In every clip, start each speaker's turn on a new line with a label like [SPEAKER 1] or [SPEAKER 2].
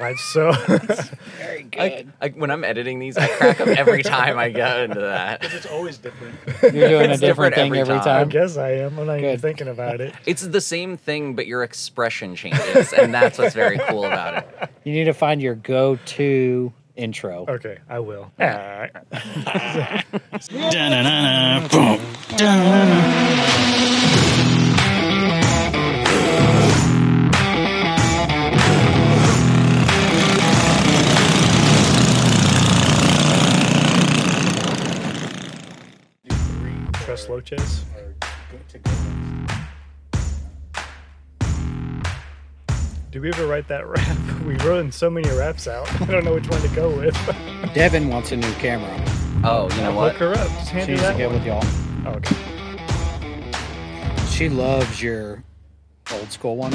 [SPEAKER 1] Right, so
[SPEAKER 2] Very good.
[SPEAKER 3] I, I, when I'm editing these, I crack up every time I go into that.
[SPEAKER 1] it's always different.
[SPEAKER 2] You're doing a
[SPEAKER 3] It's
[SPEAKER 2] different
[SPEAKER 3] different
[SPEAKER 2] thing
[SPEAKER 3] every
[SPEAKER 2] every
[SPEAKER 3] time.
[SPEAKER 1] I
[SPEAKER 2] time.
[SPEAKER 1] guess I am. I'm not even
[SPEAKER 2] Good.
[SPEAKER 1] thinking about it.
[SPEAKER 3] It's the same thing, but your expression changes, and that's what's very cool about it.
[SPEAKER 2] You need to find your go-to intro.
[SPEAKER 1] Okay, I will. All right.
[SPEAKER 4] Da-na-na-na, boom. Da-na-na-na.
[SPEAKER 1] Trust Loches. Did we ever write that rap? We run so many raps out. I don't know which one to go with.
[SPEAKER 2] Devin wants a new camera.
[SPEAKER 3] Oh, you know
[SPEAKER 1] Look
[SPEAKER 3] what?
[SPEAKER 1] her up. Just hand
[SPEAKER 2] She
[SPEAKER 1] her
[SPEAKER 2] used to
[SPEAKER 1] that
[SPEAKER 2] get
[SPEAKER 1] one.
[SPEAKER 2] with y'all.
[SPEAKER 1] Oh, okay.
[SPEAKER 2] She loves your old school one.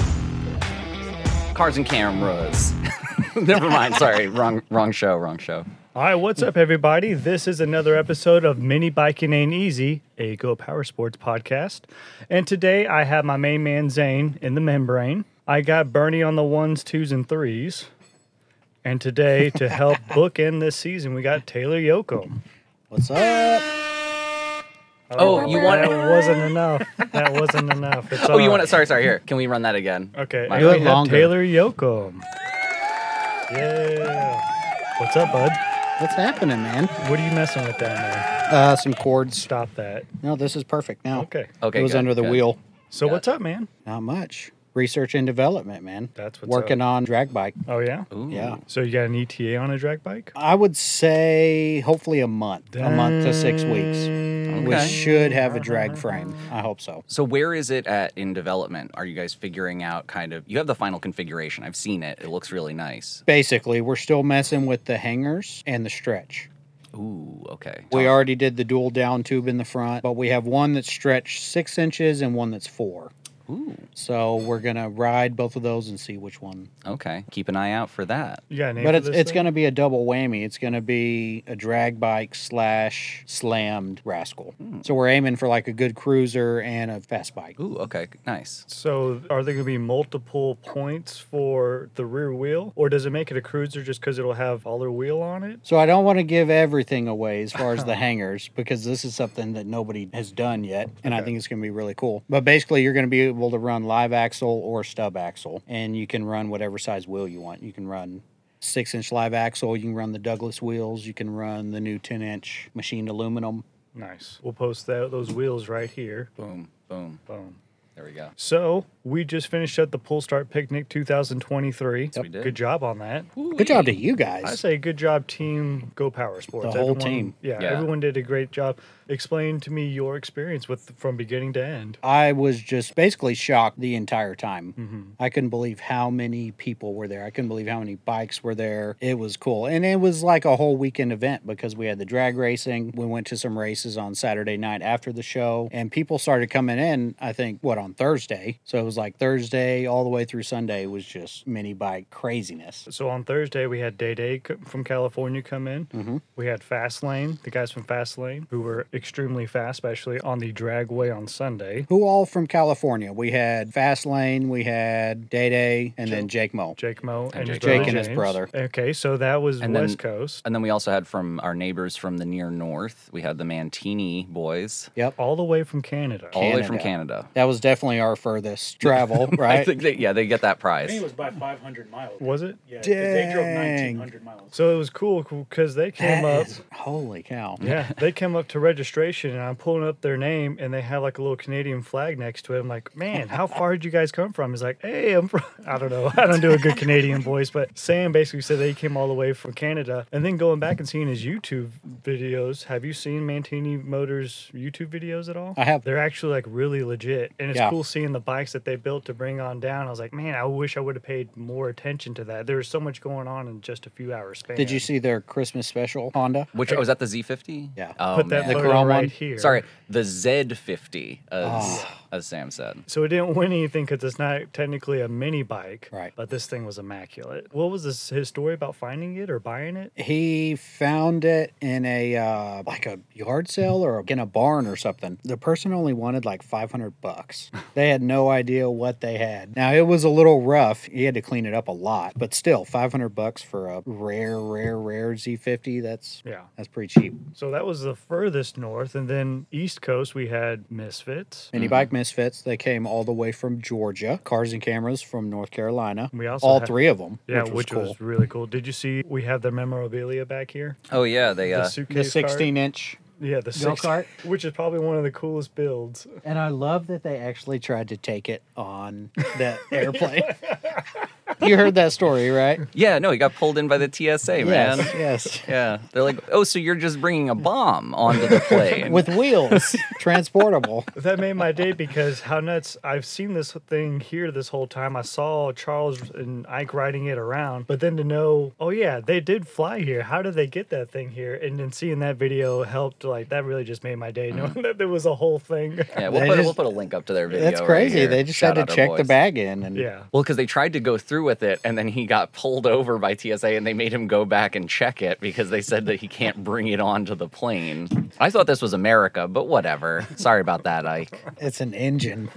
[SPEAKER 3] Cars and cameras. Never mind. Sorry, wrong, wrong show, wrong show.
[SPEAKER 1] All right, what's up, everybody? This is another episode of Mini Biking Ain't Easy, a Go Power Sports podcast. And today I have my main man Zane in the membrane. I got Bernie on the ones, twos, and threes. And today, to help bookend this season, we got Taylor Yoko.
[SPEAKER 2] What's up?
[SPEAKER 3] Oh, you want?
[SPEAKER 1] That wasn't enough. That wasn't enough. It's
[SPEAKER 3] Oh, you
[SPEAKER 1] all
[SPEAKER 3] want
[SPEAKER 1] right.
[SPEAKER 3] it? Sorry, sorry. Here, can we run that again?
[SPEAKER 1] Okay,
[SPEAKER 3] My
[SPEAKER 1] and
[SPEAKER 2] bad.
[SPEAKER 1] we have
[SPEAKER 2] Longer.
[SPEAKER 1] Taylor Yoakum. Yeah. What's up, bud?
[SPEAKER 2] What's happening, man?
[SPEAKER 1] What are you messing with down there?
[SPEAKER 2] Uh, some cords.
[SPEAKER 1] Stop that.
[SPEAKER 2] No, this is perfect now.
[SPEAKER 1] Okay.
[SPEAKER 3] Okay.
[SPEAKER 2] it was
[SPEAKER 3] good,
[SPEAKER 2] under the
[SPEAKER 3] good.
[SPEAKER 2] wheel.
[SPEAKER 1] So what's up, man?
[SPEAKER 2] Not much. Research and development, man.
[SPEAKER 1] That's what's
[SPEAKER 2] working on drag bike.
[SPEAKER 3] Hmm.
[SPEAKER 1] Oh yeah.
[SPEAKER 3] Ooh.
[SPEAKER 2] Yeah.
[SPEAKER 1] So you got an ETA on a drag bike?
[SPEAKER 2] I would say hopefully a month, a month to six weeks.
[SPEAKER 1] Mm,
[SPEAKER 2] We
[SPEAKER 3] Okay.
[SPEAKER 2] should have a drag frame. I hope so.
[SPEAKER 3] So where is it at in development? Are you guys figuring out kind of? You have the final configuration. I've seen it. It looks really nice.
[SPEAKER 2] Basically, we're still messing with the hangers and the stretch.
[SPEAKER 3] Ooh. Okay.
[SPEAKER 2] We already did the dual down tube in the front, but we have one that's stretched six inches and one that's four.
[SPEAKER 3] Ooh.
[SPEAKER 2] So we're gonna ride both of those and see which one.
[SPEAKER 3] Okay. Keep an eye out for that.
[SPEAKER 1] You got a name
[SPEAKER 2] But
[SPEAKER 1] for
[SPEAKER 2] it's
[SPEAKER 1] this
[SPEAKER 2] it's
[SPEAKER 1] thing?
[SPEAKER 2] gonna be a double whammy. It's gonna be a drag bike slash slammed rascal.
[SPEAKER 1] Hmm.
[SPEAKER 2] So we're aiming for like a good cruiser and a fast bike.
[SPEAKER 3] Ooh. Okay. Nice.
[SPEAKER 1] So are there going to be multiple points for the rear wheel, or does it make it a cruiser just because it'll have other wheel on it?
[SPEAKER 2] So I don't want to give everything away as far as the hangers because this is something that nobody has done yet, and I
[SPEAKER 1] Okay.
[SPEAKER 2] think it's going to be really cool. But basically, you're going to be able to run live axle or stub axle, and you can run whatever size wheel you want. You can run six inch live axle, you can run the Douglas wheels, you can run the new ten inch machined aluminum.
[SPEAKER 1] Nice. We'll post that, those wheels right here.
[SPEAKER 3] Boom. Boom.
[SPEAKER 1] Boom.
[SPEAKER 3] There we go.
[SPEAKER 1] So we just finished up the Pull Start Picnic 2023.
[SPEAKER 3] we did.
[SPEAKER 1] Good job on that.
[SPEAKER 2] Good job to you
[SPEAKER 1] I
[SPEAKER 2] guys.
[SPEAKER 1] say good job, team. Go Power Sports.
[SPEAKER 2] The whole
[SPEAKER 1] Everyone-
[SPEAKER 2] team.
[SPEAKER 1] Yeah,
[SPEAKER 3] Yeah.
[SPEAKER 1] everyone did a great job. Explain to me your experience with from beginning to end.
[SPEAKER 2] I was just basically shocked the entire time.
[SPEAKER 3] Mm-hmm.
[SPEAKER 2] I couldn't believe how many people were there. I couldn't believe how many bikes were there. It was cool. And it was like a whole weekend event because we had the drag racing. We went to some races on Saturday night after the show, and people started coming in, I think, what, on Thursday? So it was like Thursday all the way through Sunday was just mini bike craziness.
[SPEAKER 1] So on Thursday we had Day Day c- from California come in.
[SPEAKER 2] Mm-hmm.
[SPEAKER 1] We had Fastlane, the guys from Fastlane, who were extremely fast, especially on the dragway on Sunday.
[SPEAKER 2] Who all from California? We had Fastlane, we had Day Day, and then Jake Mo.
[SPEAKER 1] Jake Mo and, his
[SPEAKER 3] Jake
[SPEAKER 1] brother
[SPEAKER 3] Mo. Jake
[SPEAKER 2] and his
[SPEAKER 1] James.
[SPEAKER 2] brother.
[SPEAKER 1] Okay, so that was
[SPEAKER 3] And then-
[SPEAKER 1] West Coast.
[SPEAKER 3] And then we also had from our neighbors from the near north. We had the Mantini boys,
[SPEAKER 2] Yep.
[SPEAKER 1] All the way from Canada.
[SPEAKER 3] all the way from Canada.
[SPEAKER 2] That was definitely our furthest travel, right?
[SPEAKER 3] I think that yeah, they get that
[SPEAKER 5] I think it
[SPEAKER 3] prize.
[SPEAKER 5] was by 500 miles.
[SPEAKER 1] Was it?
[SPEAKER 5] Yeah, 'cause they drove
[SPEAKER 2] Dang.
[SPEAKER 5] 1900 miles.
[SPEAKER 1] So it was cool because they came
[SPEAKER 2] That
[SPEAKER 1] up.
[SPEAKER 2] is- holy cow.
[SPEAKER 1] Yeah, they came up to registration, and I'm pulling up their name, and they have like a little Canadian flag next to it. I'm like, man, how far did you guys come from? He's like, hey, I'm from. I don't know. I don't do a good Canadian voice, but Sam basically said they came all the way from Canada, and then going back and seeing his YouTube videos. Have you seen Mantini Motors YouTube videos at all?
[SPEAKER 2] I have.
[SPEAKER 1] They're actually like really legit, and it's
[SPEAKER 2] Yeah.
[SPEAKER 1] cool seeing the bikes that they built to bring on down. I was like, man, I wish I would have paid more attention to that. There was so much going on in just a few hours span.
[SPEAKER 2] Did you see their Christmas special Honda?
[SPEAKER 3] Which was that the Z50?
[SPEAKER 2] Yeah.
[SPEAKER 3] Oh,
[SPEAKER 1] Put that
[SPEAKER 3] man.
[SPEAKER 1] photo
[SPEAKER 2] on
[SPEAKER 1] right
[SPEAKER 2] one?
[SPEAKER 1] here.
[SPEAKER 3] Sorry, the Z50, as,
[SPEAKER 2] Ah.
[SPEAKER 3] as Sam said.
[SPEAKER 1] So it didn't win anything because it's not technically a mini bike,
[SPEAKER 2] Right.
[SPEAKER 1] But this thing was immaculate. What was this, his story about finding it or buying it?
[SPEAKER 2] He found it in a uh, like a yard sale or in a barn or something. The person only wanted like 500 bucks. They had no idea what they had. Now it was a little rough. He had to clean it up a lot, but still 500 bucks for a rare, rare, rare Z50. That's
[SPEAKER 1] Yeah.
[SPEAKER 2] that's pretty cheap.
[SPEAKER 1] So that was the furthest north, and then East Coast we had Misfits.
[SPEAKER 2] Mini Bike Misfits. They came all the way from Georgia. Cars and cameras from North Carolina.
[SPEAKER 1] We also
[SPEAKER 2] all
[SPEAKER 1] had-
[SPEAKER 2] three of them.
[SPEAKER 1] Yeah,
[SPEAKER 2] which, was cool.
[SPEAKER 1] really cool. Did you see we have the memorabilia back here?
[SPEAKER 3] Oh, yeah, they.
[SPEAKER 1] The
[SPEAKER 3] Uh,
[SPEAKER 2] the
[SPEAKER 1] suitcase cart?
[SPEAKER 2] 16 inch
[SPEAKER 1] Yeah, the 16
[SPEAKER 2] Go-kart?
[SPEAKER 1] which is probably one of the coolest builds.
[SPEAKER 2] And I love that they actually tried to take it on that airplane. you heard that story, right?
[SPEAKER 3] yeah, no, he got pulled in by the TSA, man.
[SPEAKER 2] Yes, yes.
[SPEAKER 3] Yeah, they're like, oh, so you're just bringing a bomb onto the plane.
[SPEAKER 2] With wheels, transportable.
[SPEAKER 1] That made my day because how nuts! I've seen this thing here this whole time. I saw Charles and Ike riding it around, but then to know, oh yeah, they did fly here. How did they get that thing here? And then seeing that video helped. Like that really just made my day
[SPEAKER 4] Mm.
[SPEAKER 1] knowing that there was a whole thing.
[SPEAKER 3] yeah, we'll
[SPEAKER 2] They
[SPEAKER 3] put, we'll
[SPEAKER 2] just-
[SPEAKER 3] put a link up to their video.
[SPEAKER 2] That's
[SPEAKER 3] right
[SPEAKER 2] crazy.
[SPEAKER 3] here.
[SPEAKER 2] they just
[SPEAKER 3] Shout
[SPEAKER 2] had
[SPEAKER 3] out
[SPEAKER 2] to
[SPEAKER 3] our
[SPEAKER 2] check the
[SPEAKER 3] boys.
[SPEAKER 2] bag in, and
[SPEAKER 1] yeah.
[SPEAKER 3] Well, because they tried to go through with it, and then he got pulled over by TSA, and they made him go back and check it because they said that he can't bring it onto the plane. I thought this was America, but whatever. Sorry about that, Ike.
[SPEAKER 2] it's an engine,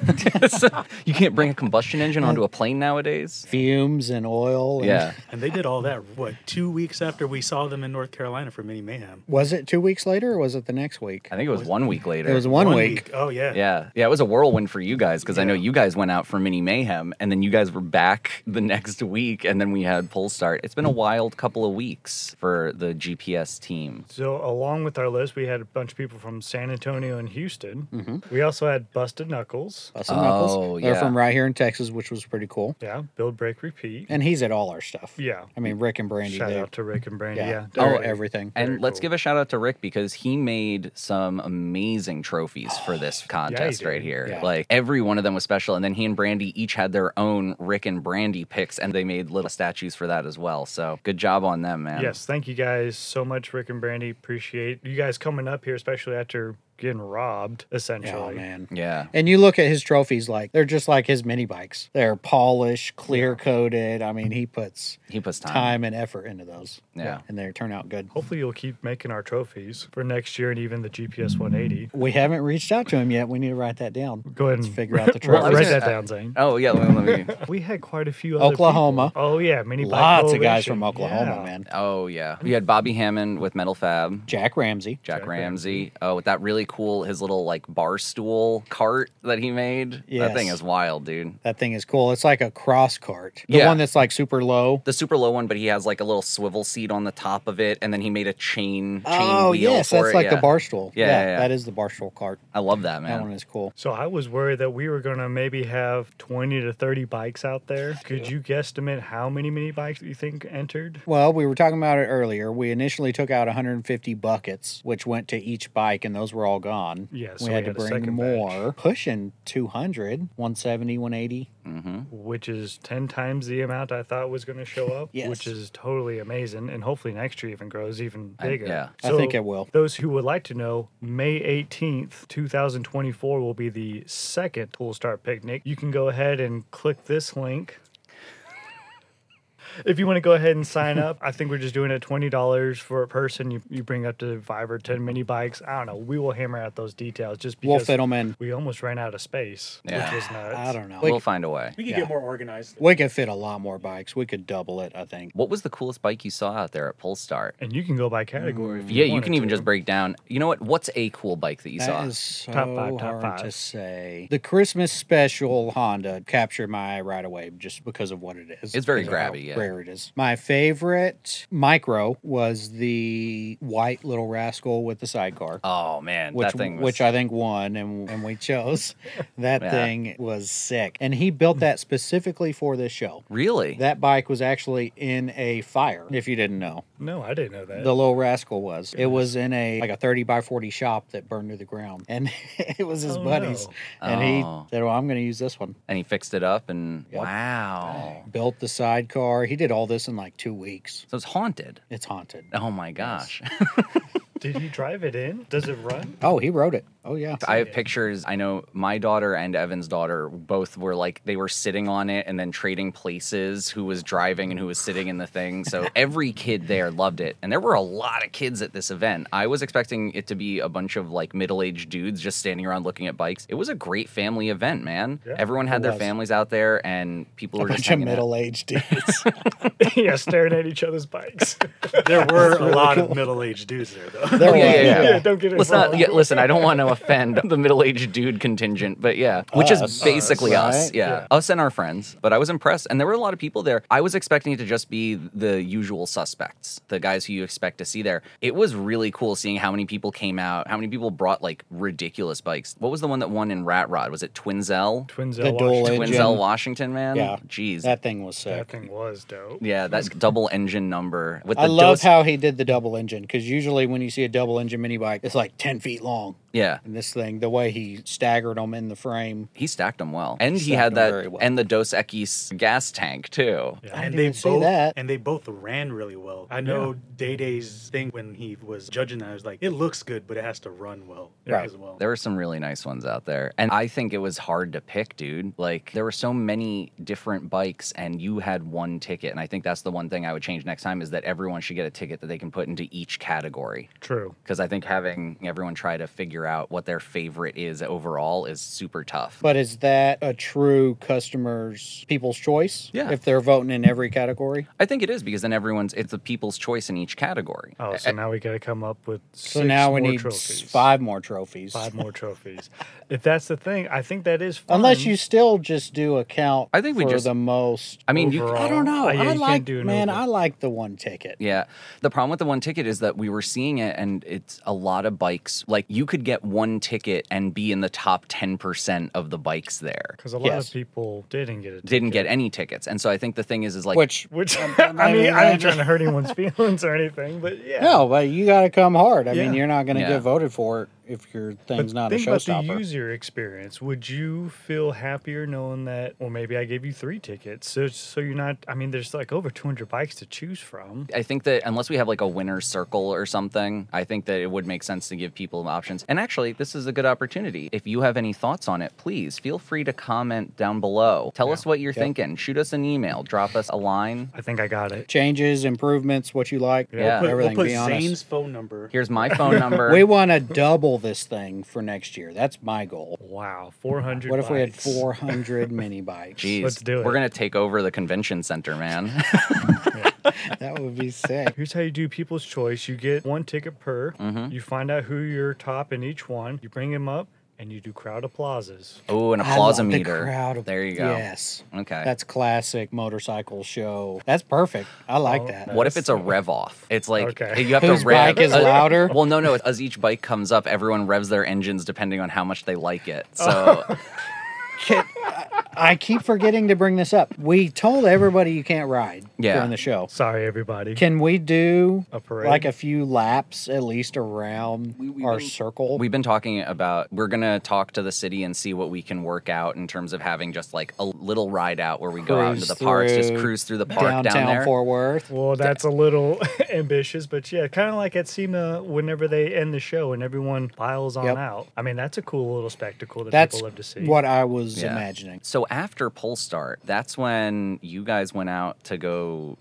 [SPEAKER 3] you can't bring a combustion engine onto a plane nowadays.
[SPEAKER 2] fumes and oil. and-
[SPEAKER 3] Yeah,
[SPEAKER 4] And they did all that, what, two weeks after we saw them in North Carolina for Mini Mayhem?
[SPEAKER 2] Was it two weeks later, or was it the next week?
[SPEAKER 3] I think it was one week later.
[SPEAKER 2] It was one, week.
[SPEAKER 4] Oh, yeah.
[SPEAKER 3] Yeah, yeah, it was a whirlwind for you guys because I know you guys went out for Mini Mayhem, and then you guys were back the next week, and then we had Pull Start. It's been a wild couple of weeks for the GPS team.
[SPEAKER 1] So along with our list, we had a bunch of people from San Antonio and Houston.
[SPEAKER 2] Mm-hmm.
[SPEAKER 1] We also had Busted Knuckles.
[SPEAKER 2] Busted Knuckles.
[SPEAKER 3] Oh,
[SPEAKER 2] They're
[SPEAKER 3] yeah.
[SPEAKER 2] from right here in Texas, which was pretty cool.
[SPEAKER 1] Yeah, build, break, repeat.
[SPEAKER 2] And he's at all our stuff.
[SPEAKER 1] Yeah.
[SPEAKER 2] I mean, Rick and Brandy.
[SPEAKER 1] Shout
[SPEAKER 2] they-
[SPEAKER 1] out to Rick and Brandy. Yeah,
[SPEAKER 2] yeah.
[SPEAKER 1] they're
[SPEAKER 2] Oh,
[SPEAKER 1] really-
[SPEAKER 2] everything.
[SPEAKER 3] And
[SPEAKER 1] Very
[SPEAKER 3] let's
[SPEAKER 1] cool.
[SPEAKER 3] give a shout out to Rick because he made some amazing trophies for this contest
[SPEAKER 1] did.
[SPEAKER 3] right here.
[SPEAKER 2] Yeah.
[SPEAKER 3] Like every one of them was special. And then he and Brandy each had their own Rick and Brandy picks, and they made little statues for that as well. So good job on them, man.
[SPEAKER 1] Yes, thank you guys so much, Rick and Brandy. Appreciate you guys coming up here, especially after getting robbed, essentially.
[SPEAKER 2] Oh, man.
[SPEAKER 3] Yeah.
[SPEAKER 2] And you look at his trophies, like they're just like his mini bikes. They're polished, clear coated. I mean, he puts
[SPEAKER 3] He puts time.
[SPEAKER 2] time and effort into those.
[SPEAKER 3] Yeah.
[SPEAKER 2] And they turn out good.
[SPEAKER 1] Hopefully, you'll keep making our trophies for next year and even the GPS 180.
[SPEAKER 2] We haven't reached out to him yet. We need to write that down.
[SPEAKER 1] Go ahead and
[SPEAKER 2] Let's figure out the
[SPEAKER 1] write,
[SPEAKER 3] Well, I was
[SPEAKER 2] trophies.
[SPEAKER 1] that
[SPEAKER 3] gonna-
[SPEAKER 1] down, Zane.
[SPEAKER 3] Oh, yeah. Let me, let me.
[SPEAKER 1] We had quite a few. Other
[SPEAKER 2] uh, Oklahoma.
[SPEAKER 1] people. Oh yeah, many bike
[SPEAKER 2] Lots of guys from
[SPEAKER 1] coalition.
[SPEAKER 2] Oklahoma,
[SPEAKER 1] Yeah.
[SPEAKER 2] man.
[SPEAKER 3] Oh, yeah. We had Bobby Hammond with Metal Fab.
[SPEAKER 2] Jack Ramsey.
[SPEAKER 3] Jack, Ramsey. Oh, with that really cool, his little like bar stool cart that he made. That thing
[SPEAKER 2] Yes.
[SPEAKER 3] is wild, dude.
[SPEAKER 2] That thing is cool. It's like a cross cart. The
[SPEAKER 3] Yeah.
[SPEAKER 2] one that's like super low.
[SPEAKER 3] the super low one, but he has like a little swivel seat on the top of it, and then he made a chain. chain
[SPEAKER 2] Oh,
[SPEAKER 3] wheel
[SPEAKER 2] yes.
[SPEAKER 3] for
[SPEAKER 2] That's
[SPEAKER 3] it.
[SPEAKER 2] like
[SPEAKER 3] Yeah.
[SPEAKER 2] the barstool.
[SPEAKER 3] Yeah, yeah, yeah.
[SPEAKER 2] That is the barstool cart.
[SPEAKER 3] I love that
[SPEAKER 2] That one
[SPEAKER 3] man.
[SPEAKER 2] is cool.
[SPEAKER 1] So I was worried that we were gonna maybe have 20 to 30 bikes out there. Could you guesstimate how many mini bikes you think entered?
[SPEAKER 2] Well, we were talking about it earlier. We initially took out 150 buckets, which went to each bike, and those were all gone.
[SPEAKER 1] Yeah, so
[SPEAKER 2] we
[SPEAKER 1] we
[SPEAKER 2] had
[SPEAKER 1] had a
[SPEAKER 2] to bring
[SPEAKER 1] second batch.
[SPEAKER 2] more, pushing 200, 170, 180.
[SPEAKER 1] which is 10 times the amount I thought was going to show up,
[SPEAKER 2] Yes.
[SPEAKER 1] which is totally amazing. And hopefully next year even grows even
[SPEAKER 3] I-
[SPEAKER 1] bigger.
[SPEAKER 3] yeah.
[SPEAKER 2] I think it will.
[SPEAKER 1] Those who would like to know, May 18th, 2024 will be the second Tool Start Picnic. You can go ahead and click this link. If you want to go ahead and sign up, I think we're just doing it twenty dollars for a person. You, you bring up to five or ten mini bikes. I don't know. We will hammer out those details just
[SPEAKER 2] We'll
[SPEAKER 1] because
[SPEAKER 2] fit them in.
[SPEAKER 1] we almost ran out of space,
[SPEAKER 3] Yeah.
[SPEAKER 1] which was nuts.
[SPEAKER 2] I don't know.
[SPEAKER 3] We'll
[SPEAKER 2] We,
[SPEAKER 3] find a way.
[SPEAKER 4] We could
[SPEAKER 2] Yeah.
[SPEAKER 4] get more organized.
[SPEAKER 2] we could fit a lot more bikes. We could double it, I think.
[SPEAKER 3] What was the coolest bike you saw out there at Polestar?
[SPEAKER 1] And you can go by category. If you
[SPEAKER 3] Yeah, you
[SPEAKER 1] wanted
[SPEAKER 3] can even
[SPEAKER 1] to.
[SPEAKER 3] just break down. You know what? What's a cool bike that you saw?
[SPEAKER 2] That is so
[SPEAKER 1] Top five, top
[SPEAKER 2] hard to
[SPEAKER 1] five.
[SPEAKER 2] say. The Christmas special Honda captured my eye right away just because of what it is.
[SPEAKER 3] It's very
[SPEAKER 2] Because of how
[SPEAKER 3] grabby, yeah.
[SPEAKER 2] Rare it is. My favorite micro was the white little rascal with the sidecar.
[SPEAKER 3] oh man,
[SPEAKER 2] which,
[SPEAKER 3] that thing. Was,
[SPEAKER 2] which I think won and, and we chose. That
[SPEAKER 3] Yeah.
[SPEAKER 2] thing was sick. And he built that specifically for this show.
[SPEAKER 3] really.
[SPEAKER 2] That bike was actually in a fire, if you didn't know.
[SPEAKER 1] No, I didn't know that.
[SPEAKER 2] The little rascal was. It was in a like a 30 by 40 shop that burned to the ground. And it was his
[SPEAKER 1] Oh,
[SPEAKER 2] buddies.
[SPEAKER 1] no.
[SPEAKER 2] And
[SPEAKER 3] Oh.
[SPEAKER 2] he said, Well, I'm gonna use this one.
[SPEAKER 3] and he fixed it up, and
[SPEAKER 2] Yep.
[SPEAKER 3] wow.
[SPEAKER 2] Built the sidecar. He did all this in like two weeks.
[SPEAKER 3] So it's haunted.
[SPEAKER 2] It's haunted.
[SPEAKER 3] Oh my gosh.
[SPEAKER 1] Did he drive it in? Does it run?
[SPEAKER 2] Oh, he wrote it. Oh yeah.
[SPEAKER 3] I have pictures. I know my daughter and Evan's daughter both were like they were sitting on it and then trading places who was driving and who was sitting in the thing. So every kid there loved it. And there were a lot of kids at this event. I was expecting it to be a bunch of like middle-aged dudes just standing around looking at bikes. It was a great family event, man.
[SPEAKER 1] Yeah,
[SPEAKER 3] Everyone had
[SPEAKER 2] it
[SPEAKER 3] their
[SPEAKER 2] was.
[SPEAKER 3] families out there and people
[SPEAKER 2] a
[SPEAKER 3] were just
[SPEAKER 2] bunch of
[SPEAKER 3] hanging out.
[SPEAKER 2] middle-aged dudes.
[SPEAKER 1] yeah, staring at each other's bikes.
[SPEAKER 4] There were a lot of middle-aged dudes there, though.
[SPEAKER 2] There
[SPEAKER 3] Oh, yeah,
[SPEAKER 2] was,
[SPEAKER 3] yeah, yeah.
[SPEAKER 1] yeah, don't get it
[SPEAKER 3] Let's not.
[SPEAKER 1] wrong.
[SPEAKER 3] Yeah, listen, I don't want to offend the middle-aged dude contingent, but yeah, which
[SPEAKER 2] Us.
[SPEAKER 3] is basically
[SPEAKER 2] Us,
[SPEAKER 3] us.
[SPEAKER 2] right?
[SPEAKER 3] Yeah.
[SPEAKER 1] Yeah.
[SPEAKER 3] us and our friends. But I was impressed, and there were a lot of people there. I was expecting it to just be the usual suspects, the guys who you expect to see there. It was really cool seeing how many people came out, how many people brought like ridiculous bikes. What was the one that won in Rat Rod? Was it Twinzel?
[SPEAKER 1] Twinzel
[SPEAKER 2] The dual
[SPEAKER 1] Washington.
[SPEAKER 2] engine.
[SPEAKER 3] Twinzel Washington, man.
[SPEAKER 2] Yeah.
[SPEAKER 3] jeez.
[SPEAKER 2] That thing was sick.
[SPEAKER 1] That thing was dope.
[SPEAKER 3] yeah, that double engine number with the
[SPEAKER 2] I love
[SPEAKER 3] dos-
[SPEAKER 2] how he did the double engine because usually when you see a double engine mini bike, it's like ten feet long.
[SPEAKER 3] yeah
[SPEAKER 2] And this thing, the way he staggered them in the frame,
[SPEAKER 3] he stacked them well, and he
[SPEAKER 2] Stacked
[SPEAKER 3] had
[SPEAKER 2] 'em very
[SPEAKER 3] that
[SPEAKER 2] well.
[SPEAKER 3] and the Dos Equis gas tank too.
[SPEAKER 4] Yeah,
[SPEAKER 2] I didn't
[SPEAKER 4] and they
[SPEAKER 2] even see
[SPEAKER 4] both
[SPEAKER 2] that.
[SPEAKER 4] and they both ran really well. I know Day Day's thing when he was judging that I was like, it looks good, but it has to run well
[SPEAKER 2] Right.
[SPEAKER 4] as well.
[SPEAKER 3] There were some really nice ones out there. And I think it was hard to pick, dude. Like, there were so many different bikes, and you had one ticket. And I think that's the one thing I would change next time is that everyone should get a ticket that they can put into each category.
[SPEAKER 1] True.
[SPEAKER 3] Because I think having everyone try to figure out what their favorite is overall is super tough.
[SPEAKER 2] But is that a true customer's people's choice?
[SPEAKER 3] Yeah.
[SPEAKER 2] If they're voting in every category?
[SPEAKER 3] I think it is because then everyone's, it's the people's choice in each category.
[SPEAKER 1] Oh, so now we got to come up with
[SPEAKER 2] So
[SPEAKER 1] six
[SPEAKER 2] now we
[SPEAKER 1] more
[SPEAKER 2] need s-
[SPEAKER 1] trophies.
[SPEAKER 2] five more trophies.
[SPEAKER 1] five more trophies. if that's the thing, I think that is fun.
[SPEAKER 2] Unless you still just do a count
[SPEAKER 3] I think we
[SPEAKER 2] for
[SPEAKER 3] just-
[SPEAKER 2] the most.
[SPEAKER 3] I mean, you,
[SPEAKER 1] Overall.
[SPEAKER 2] I don't know.
[SPEAKER 1] Uh, yeah, you
[SPEAKER 2] I
[SPEAKER 1] can't
[SPEAKER 2] like,
[SPEAKER 1] do an
[SPEAKER 2] man,
[SPEAKER 1] over.
[SPEAKER 2] I like the one ticket.
[SPEAKER 3] Yeah. The problem with the one ticket is that we were seeing it and it's a lot of bikes. Like you could get one ticket and be in the top 10% of the bikes there.
[SPEAKER 1] because a lot
[SPEAKER 2] Yes.
[SPEAKER 1] of people didn't get it.
[SPEAKER 3] Didn't get any tickets. And so I think the thing is is like
[SPEAKER 2] Which,
[SPEAKER 1] Which I mean, I ain't trying to hurt anyone's feelings or anything, but yeah.
[SPEAKER 2] no, but you got to come hard. I mean,
[SPEAKER 1] Yeah.
[SPEAKER 2] you're not going to
[SPEAKER 3] Yeah.
[SPEAKER 2] get voted for if your
[SPEAKER 1] But
[SPEAKER 2] thing's not a
[SPEAKER 1] think about the
[SPEAKER 2] showstopper.
[SPEAKER 1] user experience. Would you feel happier knowing that? Well, maybe I gave you three tickets, so so you're not. I mean, there's like over 200 bikes to choose from.
[SPEAKER 3] I think that unless we have like a winner's circle or something, I think that it would make sense to give people options. And actually, this is a good opportunity. If you have any thoughts on it, please feel free to comment down below. Tell us what you're
[SPEAKER 2] Yep.
[SPEAKER 3] thinking. Shoot us an email, drop us a line.
[SPEAKER 1] I think I got it.
[SPEAKER 2] Changes, improvements, what you like,
[SPEAKER 3] Yeah.
[SPEAKER 4] Put-
[SPEAKER 2] everything.
[SPEAKER 4] we'll put
[SPEAKER 2] be honest.
[SPEAKER 4] Zane's phone number.
[SPEAKER 3] Here's my phone number.
[SPEAKER 2] We want to double this thing for next year. That's my goal.
[SPEAKER 1] Wow, 400.
[SPEAKER 2] What if we had
[SPEAKER 1] bikes.
[SPEAKER 2] 400 mini bikes?
[SPEAKER 3] Jeez,
[SPEAKER 1] Let's do it.
[SPEAKER 3] We're gonna take over the convention center, man.
[SPEAKER 2] That would be sick.
[SPEAKER 1] Here's how you do people's choice. You get one ticket per.
[SPEAKER 2] Mm-hmm.
[SPEAKER 1] You find out who your top in each one. You bring them up, and you do crowd applauses.
[SPEAKER 3] Oh, an
[SPEAKER 2] I love the
[SPEAKER 3] applausometer.
[SPEAKER 2] crowd.
[SPEAKER 3] There you go.
[SPEAKER 2] Yes.
[SPEAKER 3] Okay.
[SPEAKER 2] That's classic motorcycle show. That's perfect. I like
[SPEAKER 1] Oh,
[SPEAKER 2] that.
[SPEAKER 3] what if it's a rev off? It's like
[SPEAKER 1] Okay.
[SPEAKER 3] you have
[SPEAKER 2] Whose
[SPEAKER 3] to rev.
[SPEAKER 2] bike is louder?
[SPEAKER 3] Well, no, no. As each bike comes up, everyone revs their engines depending on how much they like it. So
[SPEAKER 2] I keep forgetting to bring this up. We told everybody you can't ride
[SPEAKER 3] Yeah.
[SPEAKER 2] during the show.
[SPEAKER 1] Sorry, everybody.
[SPEAKER 2] Can we do
[SPEAKER 1] A parade?
[SPEAKER 2] like a few laps at least around
[SPEAKER 3] we've
[SPEAKER 2] our
[SPEAKER 3] been-
[SPEAKER 2] circle?
[SPEAKER 3] we've been talking about we're gonna talk to the city and see what we can work out in terms of having just like a little ride out where we go out into
[SPEAKER 2] Cruise
[SPEAKER 3] the parks, just
[SPEAKER 2] through
[SPEAKER 3] cruise through the park
[SPEAKER 2] downtown
[SPEAKER 3] down there.
[SPEAKER 2] Fort Worth.
[SPEAKER 1] Well, that's a little ambitious, but yeah, kind of like at SEMA whenever they end the show and everyone piles on
[SPEAKER 2] Yep.
[SPEAKER 1] out. I mean, that's a cool little spectacle that
[SPEAKER 2] That's
[SPEAKER 1] people love to see.
[SPEAKER 2] what I was
[SPEAKER 3] Yeah.
[SPEAKER 2] imagining.
[SPEAKER 3] So after Pole Start, that's when you guys went out to go.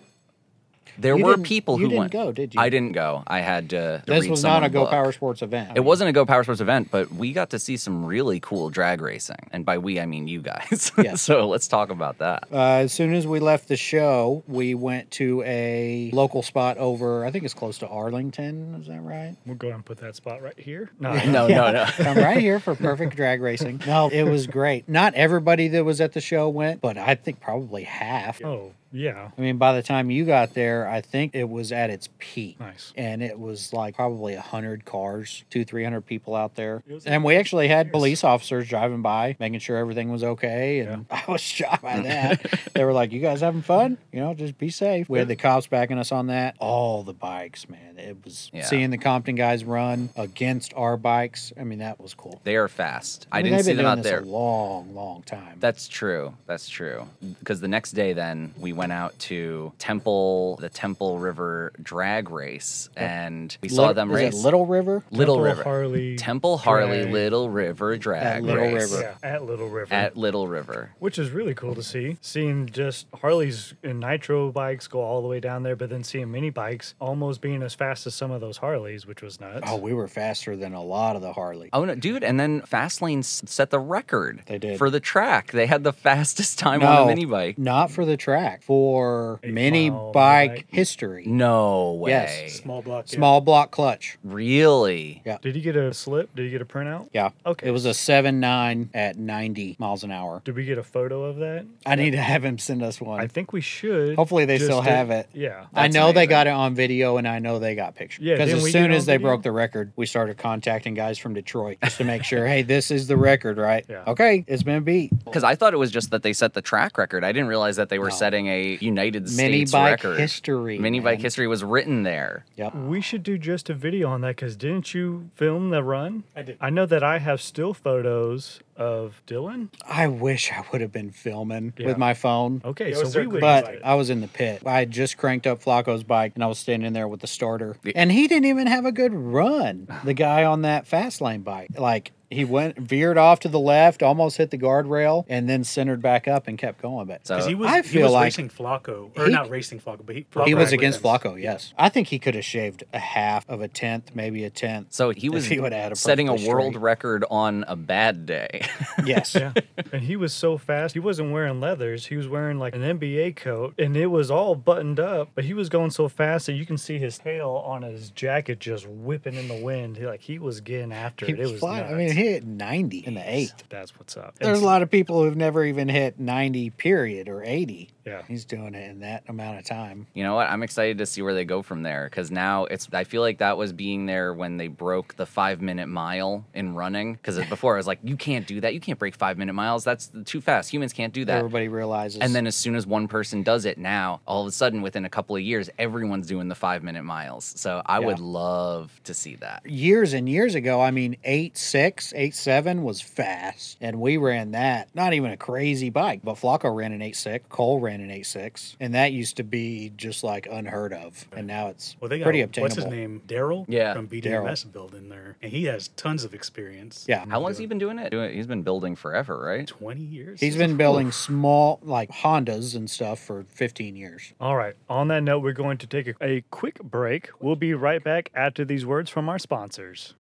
[SPEAKER 3] There
[SPEAKER 2] You
[SPEAKER 3] were
[SPEAKER 2] didn't-
[SPEAKER 3] people
[SPEAKER 2] you
[SPEAKER 3] who
[SPEAKER 2] didn't
[SPEAKER 3] went.
[SPEAKER 2] go, did you?
[SPEAKER 3] I didn't go. I had to. to
[SPEAKER 2] This
[SPEAKER 3] read
[SPEAKER 2] was not
[SPEAKER 3] someone
[SPEAKER 2] a Go
[SPEAKER 3] book.
[SPEAKER 2] Power Sports event. I
[SPEAKER 3] It
[SPEAKER 2] mean,
[SPEAKER 3] wasn't a Go Power Sports event, but we got to see some really cool drag racing, and by we I mean you guys.
[SPEAKER 2] Yes.
[SPEAKER 3] so let's talk about that.
[SPEAKER 2] Uh, as soon as we left the show, we went to a local spot over, I think it's close to Arlington. Is that right?
[SPEAKER 1] We'll go and put that spot right here. No,
[SPEAKER 3] No, no, no.
[SPEAKER 2] I'm right here for perfect drag racing. No, it was great. Not everybody that was at the show went, but I think probably half.
[SPEAKER 1] Oh, yeah.
[SPEAKER 2] I mean, by the time you got there, I think it was at its peak.
[SPEAKER 1] Nice.
[SPEAKER 2] And it was like probably 100 cars, two, 300 people out there.
[SPEAKER 1] was
[SPEAKER 2] And we actually had police officers driving by, making sure everything was okay. And I was shocked by that. they were like, You guys having fun? You know, just be safe. We had the cops backing us on that. All the bikes, man. It was
[SPEAKER 3] Yeah.
[SPEAKER 2] seeing the Compton guys run against our bikes. I mean, that was cool.
[SPEAKER 3] They are fast.
[SPEAKER 2] I
[SPEAKER 3] I,
[SPEAKER 2] mean,
[SPEAKER 3] didn't
[SPEAKER 2] they've
[SPEAKER 3] see
[SPEAKER 2] been
[SPEAKER 3] them
[SPEAKER 2] doing
[SPEAKER 3] out
[SPEAKER 2] this
[SPEAKER 3] there.
[SPEAKER 2] A long, long time.
[SPEAKER 3] That's true. That's true. Because the next day, then we went out to Temple, the Temple River drag race, and we
[SPEAKER 2] Little-
[SPEAKER 3] saw them
[SPEAKER 2] is
[SPEAKER 3] race.
[SPEAKER 2] It Little River.
[SPEAKER 3] Little
[SPEAKER 1] Temple
[SPEAKER 3] River.
[SPEAKER 1] Harley
[SPEAKER 3] Temple Harley
[SPEAKER 1] drag.
[SPEAKER 3] Little River drag
[SPEAKER 2] Little
[SPEAKER 3] race
[SPEAKER 2] River.
[SPEAKER 1] yeah, at Little River.
[SPEAKER 3] at Little River.
[SPEAKER 1] which is really cool to see. Seeing just Harleys and Nitro bikes go all the way down there, but then seeing mini bikes almost being as fast as some of those Harleys, which was nuts.
[SPEAKER 2] Oh, we were faster than a lot of the Harley.
[SPEAKER 3] Oh no, dude! And then Fastlane s- set the record.
[SPEAKER 2] They did.
[SPEAKER 3] for the track. They had the fastest time on a mini bike.
[SPEAKER 2] Not for the track, for
[SPEAKER 1] Eight
[SPEAKER 2] mini
[SPEAKER 1] mile
[SPEAKER 2] bike
[SPEAKER 1] bike.
[SPEAKER 3] Mm,
[SPEAKER 2] history.
[SPEAKER 3] No way.
[SPEAKER 2] Yes.
[SPEAKER 4] Small block. yeah.
[SPEAKER 2] Small block clutch.
[SPEAKER 3] Really?
[SPEAKER 2] Yeah.
[SPEAKER 1] Did you get a slip? Did you get a printout?
[SPEAKER 2] Yeah.
[SPEAKER 1] Okay.
[SPEAKER 2] It was a seven nine at 90 miles an hour.
[SPEAKER 1] Did we get a photo of that?
[SPEAKER 2] I need to have him send us one.
[SPEAKER 1] I
[SPEAKER 2] I,
[SPEAKER 1] think we should.
[SPEAKER 2] Hopefully they
[SPEAKER 1] just
[SPEAKER 2] still
[SPEAKER 1] to-
[SPEAKER 2] have it.
[SPEAKER 1] Yeah.
[SPEAKER 3] That's
[SPEAKER 2] know they
[SPEAKER 3] amazing.
[SPEAKER 2] got it on video and I know they got pictures.
[SPEAKER 1] Yeah,
[SPEAKER 2] Because
[SPEAKER 1] didn't
[SPEAKER 2] as
[SPEAKER 1] we get
[SPEAKER 2] soon
[SPEAKER 1] it
[SPEAKER 2] as
[SPEAKER 1] on
[SPEAKER 2] they
[SPEAKER 1] video?
[SPEAKER 2] broke the record, we started contacting guys from Detroit just to make sure, hey, this is the record, right?
[SPEAKER 1] Yeah.
[SPEAKER 2] Okay, it's been beat.
[SPEAKER 3] Because I thought it was just that they set the track record. I didn't realize that they were
[SPEAKER 2] No.
[SPEAKER 3] setting a United
[SPEAKER 2] Mini
[SPEAKER 3] States
[SPEAKER 2] bike
[SPEAKER 3] record.
[SPEAKER 2] history.
[SPEAKER 3] Mini
[SPEAKER 2] man.
[SPEAKER 3] bike history was written there.
[SPEAKER 2] Yep.
[SPEAKER 1] We should do just a video on that because didn't you film the run?
[SPEAKER 4] I did.
[SPEAKER 1] I know that I have still photos of Dylan.
[SPEAKER 2] I wish I would have been filming
[SPEAKER 1] Yeah.
[SPEAKER 2] with my phone.
[SPEAKER 1] Okay,
[SPEAKER 4] Yeah, it was
[SPEAKER 1] so we
[SPEAKER 4] circling
[SPEAKER 1] would.
[SPEAKER 4] back.
[SPEAKER 2] But I was in the pit. I had just cranked up Flacco's bike and I was standing there with the starter.
[SPEAKER 3] The-
[SPEAKER 2] And he didn't even have a good run, the guy on that fast lane bike. Like, he went, veered off to the left, almost hit the guardrail, and then centered back up and kept going. But
[SPEAKER 3] So
[SPEAKER 4] Because he was,
[SPEAKER 2] Uh, I
[SPEAKER 4] he
[SPEAKER 2] feel
[SPEAKER 4] was
[SPEAKER 2] like
[SPEAKER 4] racing Flacco, or
[SPEAKER 2] he-
[SPEAKER 4] not racing Flacco, but he, Flacco
[SPEAKER 2] he was
[SPEAKER 4] with
[SPEAKER 2] against
[SPEAKER 4] him.
[SPEAKER 2] Flacco, yes. I think he could have shaved a half of a tenth, maybe a tenth.
[SPEAKER 3] so he was
[SPEAKER 2] he would've had a
[SPEAKER 3] setting a
[SPEAKER 2] perfectly
[SPEAKER 3] world
[SPEAKER 2] straight-
[SPEAKER 3] record on a bad day.
[SPEAKER 2] Yes.
[SPEAKER 1] yeah. And he was so fast. He wasn't wearing leathers. He was wearing like an NBA coat and it was all buttoned up, but he was going so fast that you can see his tail on his jacket just whipping in the wind. He, like he was getting after
[SPEAKER 2] He
[SPEAKER 1] it.
[SPEAKER 2] was
[SPEAKER 1] it was
[SPEAKER 2] flying.
[SPEAKER 1] nuts.
[SPEAKER 2] I mean, he hit 90 in the eighth.
[SPEAKER 1] that's what's up.
[SPEAKER 2] There's
[SPEAKER 1] And-
[SPEAKER 2] a lot of people who've never even hit 90, period, or 80.
[SPEAKER 1] Yeah.
[SPEAKER 2] He's doing it in that amount of time.
[SPEAKER 3] you know what? I'm excited to see where they go from there because now it's. I feel like that was being there when they broke the five minute mile in running because before I was like, you can't do that. You can't break five minute miles. That's too fast. Humans can't do that.
[SPEAKER 2] Everybody realizes.
[SPEAKER 3] And then as soon as one person does it now, all of a sudden within a couple of years, everyone's doing the five minute miles. So I would
[SPEAKER 2] Yeah.
[SPEAKER 3] love to see that.
[SPEAKER 2] years and years ago, I mean, eight six, eight seven was fast, and we ran that. Not even a crazy bike, but Flacco ran an eight six, Cole ran an eight six, and that used to be just like unheard of, and now it's
[SPEAKER 4] Well, they got
[SPEAKER 2] pretty obtainable.
[SPEAKER 4] what's his name, Daryl,
[SPEAKER 3] Yeah.
[SPEAKER 4] from BDMS build in there, and he has tons of experience.
[SPEAKER 2] Yeah.
[SPEAKER 3] How long's he been doing it? Doing, he's been building forever, right?
[SPEAKER 4] twenty years.
[SPEAKER 2] He's been building small like Hondas and stuff for 15 years.
[SPEAKER 1] All right. On that note, we're going to take a, a quick break. We'll be right back after these words from our sponsors.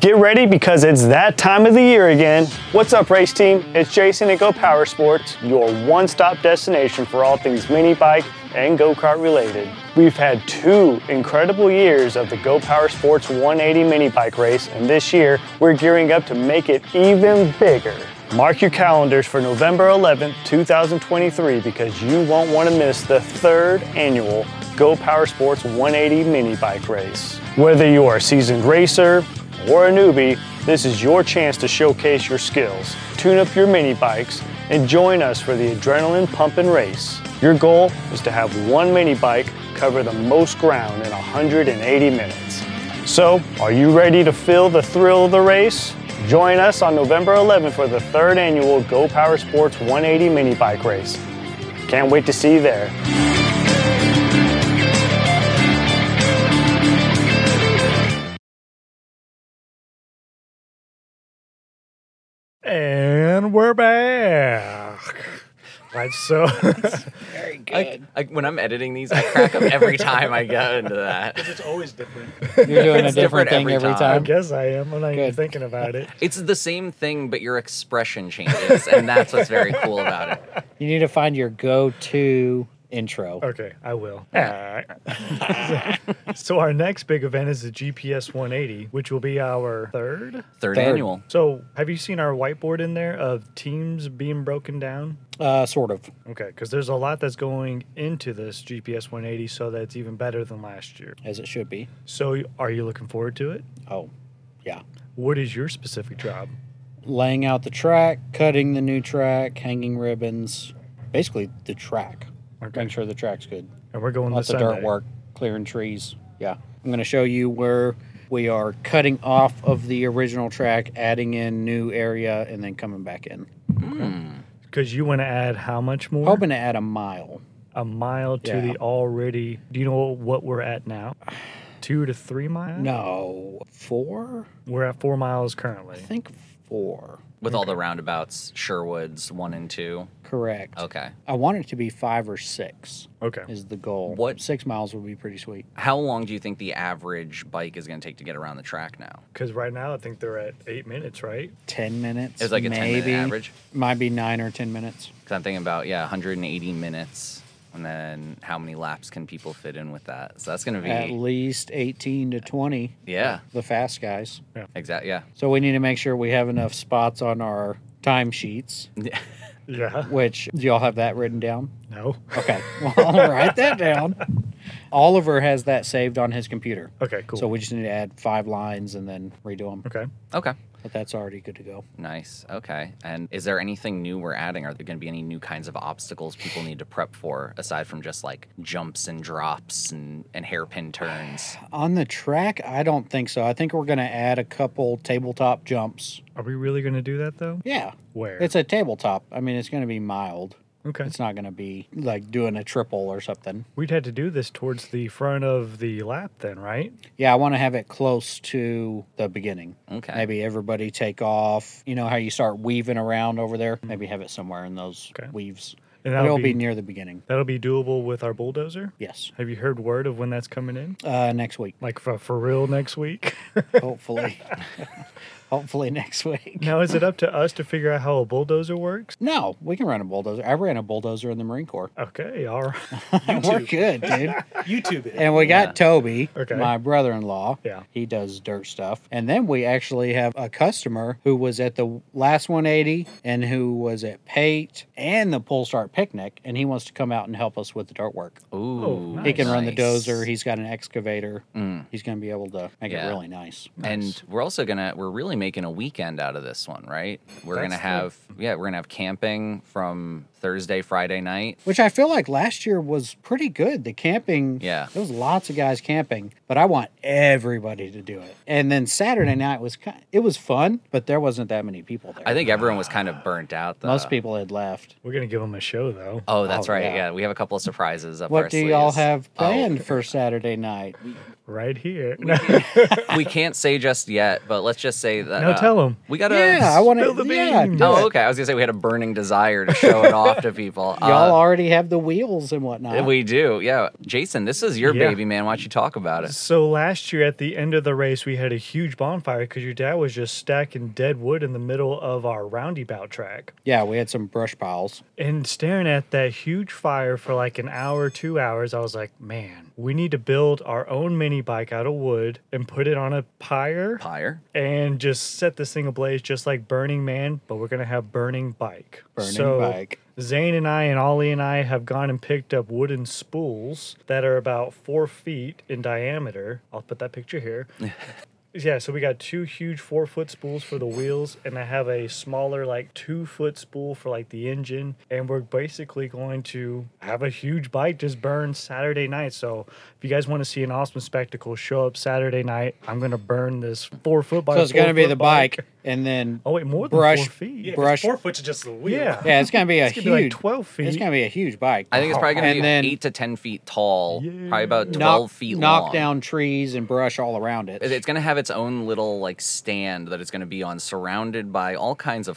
[SPEAKER 1] Get ready because it's that time of the year again. What's up, race team? It's Jason at Go Power Sports, your one stop destination for all things mini bike and go kart related. We've had two incredible years of the Go Power Sports 180 mini bike race, and this year we're gearing up to make it even bigger. Mark your calendars for November 11th, 2023, because you won't want to miss the third annual Go Power Sports 180 mini bike race. Whether you are a seasoned racer, or a newbie, this is your chance to showcase your skills, tune up your mini bikes, and join us for the adrenaline pumping race. Your goal is to have one mini bike cover the most ground in 180 minutes. So, are you ready to feel the thrill of the race? Join us on November 11th for the third annual Go Power Sports 180 mini bike race. Can't wait to see you there. And we're back. Right, so
[SPEAKER 2] Very good.
[SPEAKER 3] I, I, when I'm editing these, I crack up every time I go into that.
[SPEAKER 4] It's always different.
[SPEAKER 2] You're doing a
[SPEAKER 3] It's
[SPEAKER 2] different
[SPEAKER 3] different
[SPEAKER 2] thing
[SPEAKER 3] every
[SPEAKER 2] every
[SPEAKER 1] I
[SPEAKER 2] time.
[SPEAKER 3] time.
[SPEAKER 1] guess I am. I'm not even
[SPEAKER 2] Good.
[SPEAKER 1] thinking about it.
[SPEAKER 3] It's the same thing, but your expression changes, and that's what's very cool about it.
[SPEAKER 2] You need to find your go-to intro.
[SPEAKER 1] Okay, I will. so our next big event is the GPS 180, which will be our third.
[SPEAKER 3] Third,
[SPEAKER 2] Third.
[SPEAKER 3] annual.
[SPEAKER 1] So have you seen our whiteboard in there of teams being broken down?
[SPEAKER 2] Uh, sort of.
[SPEAKER 1] Okay, because there's a lot that's going into this GPS 180, so that's even better than last year.
[SPEAKER 2] As it should be.
[SPEAKER 1] So are you looking forward to it?
[SPEAKER 2] Oh, yeah.
[SPEAKER 1] What is your specific job?
[SPEAKER 2] laying out the track, cutting the new track, hanging ribbons, basically the track.
[SPEAKER 1] Okay.
[SPEAKER 2] Making sure the track's good.
[SPEAKER 1] And we're going
[SPEAKER 2] Lots
[SPEAKER 1] this
[SPEAKER 2] of
[SPEAKER 1] Sunday.
[SPEAKER 2] dirt work, clearing trees. Yeah. I'm going to show you where We are cutting off of the original track, adding in new area, and then coming back in.
[SPEAKER 1] Because you want to add how much more?
[SPEAKER 2] Hoping to add a mile.
[SPEAKER 1] a mile to
[SPEAKER 2] Yeah.
[SPEAKER 1] the already. Do you know what we're at now? Two to three miles?
[SPEAKER 2] No, four?
[SPEAKER 1] We're at four miles
[SPEAKER 2] I
[SPEAKER 1] currently.
[SPEAKER 2] think four.
[SPEAKER 3] With all the roundabouts, Sherwoods one and two.
[SPEAKER 2] Correct.
[SPEAKER 3] Okay.
[SPEAKER 2] I want it to be five or six
[SPEAKER 1] Okay.
[SPEAKER 2] is the goal.
[SPEAKER 3] What-
[SPEAKER 2] Six miles would be pretty sweet.
[SPEAKER 3] How long do you think the average bike is going to take to get around the track now?
[SPEAKER 1] Because right now I think they're at eight minutes, right?
[SPEAKER 2] Ten minutes.
[SPEAKER 3] It's like a 10 minute
[SPEAKER 2] maybe.
[SPEAKER 3] average.
[SPEAKER 2] Might be nine or ten minutes.
[SPEAKER 3] Because I'm thinking about, yeah, 180 minutes. And then how many laps can people fit in with that? So that's going to be,
[SPEAKER 2] At least eighteen to twenty.
[SPEAKER 3] yeah,
[SPEAKER 2] The fast guys.
[SPEAKER 3] exactly. Yeah.
[SPEAKER 2] So we need to make sure we have enough spots on our timesheets,
[SPEAKER 1] Yeah.
[SPEAKER 2] which do y'all have that written down?
[SPEAKER 1] No.
[SPEAKER 2] Okay. Well, I'll write that down. Oliver has that saved on his computer.
[SPEAKER 1] Okay, cool.
[SPEAKER 2] So we just need to add five lines and then redo them.
[SPEAKER 1] okay.
[SPEAKER 3] Okay.
[SPEAKER 2] But that's already good to go.
[SPEAKER 3] Nice. Okay. And is there anything new we're adding? Are there going to be any new kinds of obstacles people need to prep for aside from just like jumps and drops and, and hairpin turns?
[SPEAKER 2] On the track, I don't think so. I think we're going to add a couple tabletop jumps.
[SPEAKER 1] Are we really going to do that though?
[SPEAKER 2] Yeah.
[SPEAKER 1] Where?
[SPEAKER 2] It's a tabletop. I mean, it's going to be mild.
[SPEAKER 1] okay.
[SPEAKER 2] It's not going to be like doing a triple or something.
[SPEAKER 1] We'd had to do this towards the front of the lap then, right?
[SPEAKER 2] Yeah, I want to have it close to the beginning.
[SPEAKER 3] Okay.
[SPEAKER 2] Maybe everybody take off. You know how you start weaving around over there? Maybe have it somewhere in those
[SPEAKER 1] Okay.
[SPEAKER 2] weaves.
[SPEAKER 1] And
[SPEAKER 2] But
[SPEAKER 1] that'll
[SPEAKER 2] It'll be,
[SPEAKER 1] be-
[SPEAKER 2] near the beginning.
[SPEAKER 1] That'll be doable with our bulldozer.
[SPEAKER 2] Yes.
[SPEAKER 1] Have you heard word of when that's coming in?
[SPEAKER 2] Uh, next week,
[SPEAKER 1] Like for, for real next week?
[SPEAKER 2] hopefully. hopefully next week.
[SPEAKER 1] now, is it up to us to figure out how a bulldozer works?
[SPEAKER 2] No, we can run a bulldozer. I ran a bulldozer in the Marine Corps.
[SPEAKER 1] Okay, all right.
[SPEAKER 2] We're good, dude.
[SPEAKER 4] YouTube it.
[SPEAKER 2] And we got
[SPEAKER 3] Yeah.
[SPEAKER 2] Toby,
[SPEAKER 1] Okay.
[SPEAKER 2] my brother in law.
[SPEAKER 1] Yeah.
[SPEAKER 2] He does dirt stuff. And then we actually have a customer who was at the last 180 and who was at Pate and the Pull Start Picnic. And he wants to come out and help us with the dirt work.
[SPEAKER 3] Ooh.
[SPEAKER 1] nice.
[SPEAKER 2] He can run the
[SPEAKER 3] nice. Mm.
[SPEAKER 2] dozer. He's got an excavator. He's going to be able to make
[SPEAKER 3] Yeah.
[SPEAKER 2] it really nice.
[SPEAKER 3] And we're also gonna we're really making a weekend out of this one, right? We're gonna
[SPEAKER 1] That's the-
[SPEAKER 3] have yeah, we're gonna have camping from Thursday, Friday night.
[SPEAKER 2] Which I feel like last year was pretty good. The camping,
[SPEAKER 3] Yeah.
[SPEAKER 2] there was lots of guys camping, but I want everybody to do it. And then
[SPEAKER 3] Mm.
[SPEAKER 2] Saturday night was kind, it was fun, but there wasn't that many people there.
[SPEAKER 3] I think everyone was kind of burnt out though.
[SPEAKER 2] most people had left.
[SPEAKER 1] We're going to give them a show though.
[SPEAKER 3] Oh, that's
[SPEAKER 2] Oh,
[SPEAKER 3] right.
[SPEAKER 2] yeah.
[SPEAKER 3] Yeah. we have a couple of surprises up our
[SPEAKER 2] What do y'all
[SPEAKER 3] sleeves.
[SPEAKER 2] have
[SPEAKER 3] Oh,
[SPEAKER 2] planned for Saturday night?
[SPEAKER 1] Right here.
[SPEAKER 3] we can't say just yet, but let's just say that. uh,
[SPEAKER 1] No, tell 'em.
[SPEAKER 3] We gotta.
[SPEAKER 2] yeah, I want to.
[SPEAKER 1] spill the
[SPEAKER 2] Yeah,
[SPEAKER 1] beans.
[SPEAKER 2] do
[SPEAKER 3] Oh,
[SPEAKER 2] it.
[SPEAKER 3] okay. I was gonna say we had a burning desire to show it off to people.
[SPEAKER 2] Y'all already have the wheels and whatnot.
[SPEAKER 3] We do, Uh, yeah. Jason, this is your
[SPEAKER 1] Yeah.
[SPEAKER 3] baby, man. Why don't you talk about it?
[SPEAKER 1] So last year at the end of the race, we had a huge bonfire because your dad was just stacking dead wood in the middle of our roundabout track
[SPEAKER 2] yeah, we had some brush piles.
[SPEAKER 1] and staring at that huge fire for like an hour, two hours. I was like, man, we need to build our own mini bike out of wood and put it on a pyre
[SPEAKER 3] Pyre.
[SPEAKER 1] and just set this thing ablaze, just like Burning Man, but we're gonna have Burning Bike.
[SPEAKER 2] Burning
[SPEAKER 1] so,
[SPEAKER 2] Bike.
[SPEAKER 1] Zane and I and Ollie and I have gone and picked up wooden spools that are about four feet in diameter. I'll put that picture here. yeah, so we got two huge four foot spools for the wheels, and I have a smaller, like two foot spool for like the engine. And we're basically going to have a huge bike just burn Saturday night. So if you guys want to see an awesome spectacle, show up Saturday night. I'm gonna burn this four foot
[SPEAKER 4] Oh,
[SPEAKER 1] bike.
[SPEAKER 2] So it's
[SPEAKER 1] going
[SPEAKER 2] going to be the bike, and then
[SPEAKER 1] Oh wait, more than
[SPEAKER 2] brush-
[SPEAKER 1] four feet.
[SPEAKER 4] Yeah, 'cause
[SPEAKER 2] brush-
[SPEAKER 4] four foot's just the wheel.
[SPEAKER 1] Yeah.
[SPEAKER 2] yeah, it's going to be a
[SPEAKER 1] It's
[SPEAKER 2] huge.
[SPEAKER 1] gonna be like 12 feet.
[SPEAKER 2] It's going to be a huge bike.
[SPEAKER 3] I think it's probably gonna
[SPEAKER 2] And
[SPEAKER 3] be
[SPEAKER 2] then-
[SPEAKER 3] eight to ten feet tall, probably about
[SPEAKER 2] knock,
[SPEAKER 3] twelve feet
[SPEAKER 2] knock
[SPEAKER 3] long.
[SPEAKER 2] down trees and brush all around it.
[SPEAKER 3] It- It's going to have its own little like stand that it's going to be on, surrounded by all kinds of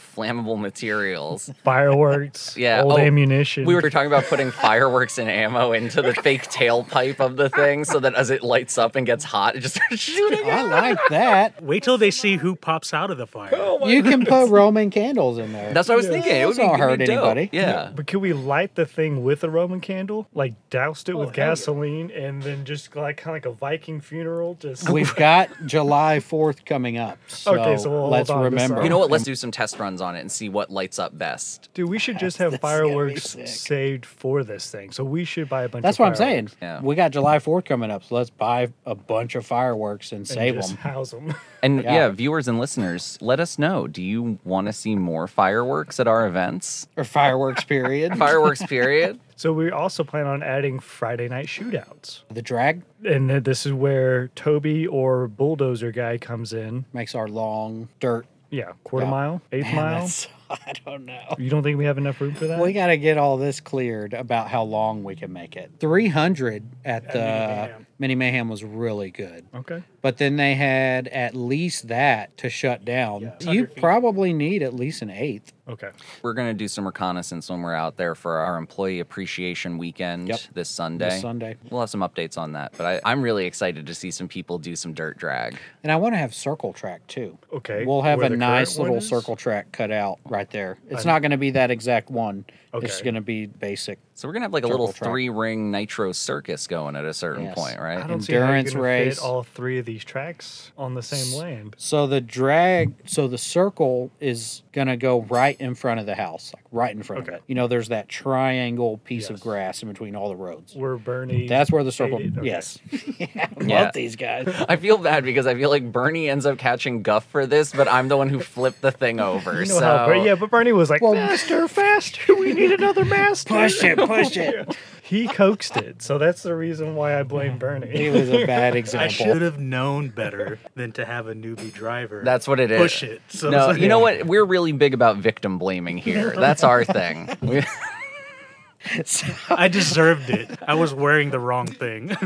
[SPEAKER 3] flammable materials.
[SPEAKER 1] fireworks,
[SPEAKER 3] Yeah,
[SPEAKER 1] old
[SPEAKER 3] oh,
[SPEAKER 1] ammunition.
[SPEAKER 3] We were talking about putting fireworks and ammo into the fake tailpipe of the thing, so that as it lights up and gets hot, it just starts shooting.
[SPEAKER 2] I
[SPEAKER 3] out.
[SPEAKER 2] like that.
[SPEAKER 4] Wait till they see who pops out of the fire.
[SPEAKER 2] you can put Roman candles in there.
[SPEAKER 3] That's what I was thinking. It would
[SPEAKER 2] Those
[SPEAKER 3] be,
[SPEAKER 2] don't
[SPEAKER 3] it'd
[SPEAKER 2] hurt
[SPEAKER 3] be dope.
[SPEAKER 2] anybody.
[SPEAKER 3] Yeah.
[SPEAKER 1] but could we light the thing with a Roman candle, like doused it with
[SPEAKER 4] Oh, hell yeah.
[SPEAKER 1] gasoline, and then just like kind of like a Viking funeral? Just
[SPEAKER 2] We've got July 4th coming up. So
[SPEAKER 1] Okay, so we'll hold
[SPEAKER 2] let's
[SPEAKER 1] on to
[SPEAKER 2] remember.
[SPEAKER 1] some.
[SPEAKER 3] You know what? Let's do some test runs on it and see what lights up best.
[SPEAKER 1] dude, we should just
[SPEAKER 2] That's-
[SPEAKER 1] have
[SPEAKER 2] that's gonna be
[SPEAKER 1] fireworks
[SPEAKER 2] sick.
[SPEAKER 1] saved for this thing. So we should buy a bunch.
[SPEAKER 2] That's
[SPEAKER 1] of
[SPEAKER 2] what I'm saying.
[SPEAKER 3] Yeah.
[SPEAKER 2] We got July 4th coming up. So let's buy a bunch of fireworks and save
[SPEAKER 1] Save them.
[SPEAKER 2] them.
[SPEAKER 1] House them.
[SPEAKER 3] And yeah.
[SPEAKER 2] Yeah.
[SPEAKER 3] viewers and listeners, let us know. Do you want to see more fireworks at our events?
[SPEAKER 2] or fireworks period.
[SPEAKER 3] Fireworks, period.
[SPEAKER 1] So we also plan on adding Friday night shootouts.
[SPEAKER 2] the drag
[SPEAKER 1] And then this is where Toby or Bulldozer guy comes in.
[SPEAKER 2] makes our long dirt.
[SPEAKER 1] Yeah, quarter
[SPEAKER 2] Yeah.
[SPEAKER 1] mile, eighth
[SPEAKER 2] Man,
[SPEAKER 1] mile.
[SPEAKER 2] that's- I don't know.
[SPEAKER 1] You don't think we have enough room for that?
[SPEAKER 2] We got to get all this cleared about how long we can make it. 300 at the Mini Mayhem.
[SPEAKER 5] Mayhem.
[SPEAKER 2] was really good.
[SPEAKER 1] okay.
[SPEAKER 2] But then they had at least that to shut down.
[SPEAKER 5] Yeah.
[SPEAKER 2] You
[SPEAKER 5] 100 feet.
[SPEAKER 2] probably need at least an eighth.
[SPEAKER 1] Okay.
[SPEAKER 3] We're going to do some reconnaissance when we're out there for our employee appreciation weekend
[SPEAKER 2] Yep.
[SPEAKER 3] this Sunday.
[SPEAKER 2] this Sunday.
[SPEAKER 3] We'll have some updates on that, but I, I'm really excited to see some people do some dirt drag.
[SPEAKER 2] And I want to have circle track too.
[SPEAKER 1] Okay,
[SPEAKER 2] We'll have
[SPEAKER 1] where
[SPEAKER 2] a
[SPEAKER 1] the
[SPEAKER 2] nice
[SPEAKER 1] current one
[SPEAKER 2] little
[SPEAKER 1] is?
[SPEAKER 2] circle track cut out right there. It's not going to be that exact one. It's
[SPEAKER 1] Okay.
[SPEAKER 2] going to be basic
[SPEAKER 3] So we're gonna have like a
[SPEAKER 2] Turbo
[SPEAKER 3] little
[SPEAKER 2] track.
[SPEAKER 3] three ring nitro circus going at a certain
[SPEAKER 2] Yes.
[SPEAKER 3] point,
[SPEAKER 1] I
[SPEAKER 3] right?
[SPEAKER 1] don't see how you're
[SPEAKER 2] Endurance
[SPEAKER 1] gonna
[SPEAKER 2] race.
[SPEAKER 1] Fit all three of these tracks on the same land.
[SPEAKER 2] So the drag, so the circle is gonna go right in front of the house, like right in front of
[SPEAKER 1] Okay.
[SPEAKER 2] it. You know, there's that triangle piece of
[SPEAKER 1] Yes.
[SPEAKER 2] grass in between all the roads.
[SPEAKER 1] Where Bernie.
[SPEAKER 2] That's where the circle.
[SPEAKER 1] Shaded, okay.
[SPEAKER 2] Yes, yeah, I
[SPEAKER 3] Yeah.
[SPEAKER 2] love these guys.
[SPEAKER 3] I feel bad because I feel like Bernie ends up catching Guff for this, but I'm the one who flipped the thing over.
[SPEAKER 1] You know
[SPEAKER 3] so
[SPEAKER 1] how Ber- yeah, but Bernie was like,
[SPEAKER 2] Well-
[SPEAKER 1] "Faster, faster! We need another master."
[SPEAKER 2] Push it, push it.
[SPEAKER 1] He coaxed it, so that's the reason why I blame
[SPEAKER 2] It
[SPEAKER 1] Bernie.
[SPEAKER 2] was a bad
[SPEAKER 4] I should
[SPEAKER 2] example.
[SPEAKER 4] have known better than to have a newbie driver.
[SPEAKER 3] that's what it is.
[SPEAKER 4] Push it. So
[SPEAKER 3] no,
[SPEAKER 4] it's like-
[SPEAKER 3] you know what? We're really big about victim blaming here. That's our thing. We-
[SPEAKER 2] So-
[SPEAKER 4] I deserved it. I was wearing the wrong thing.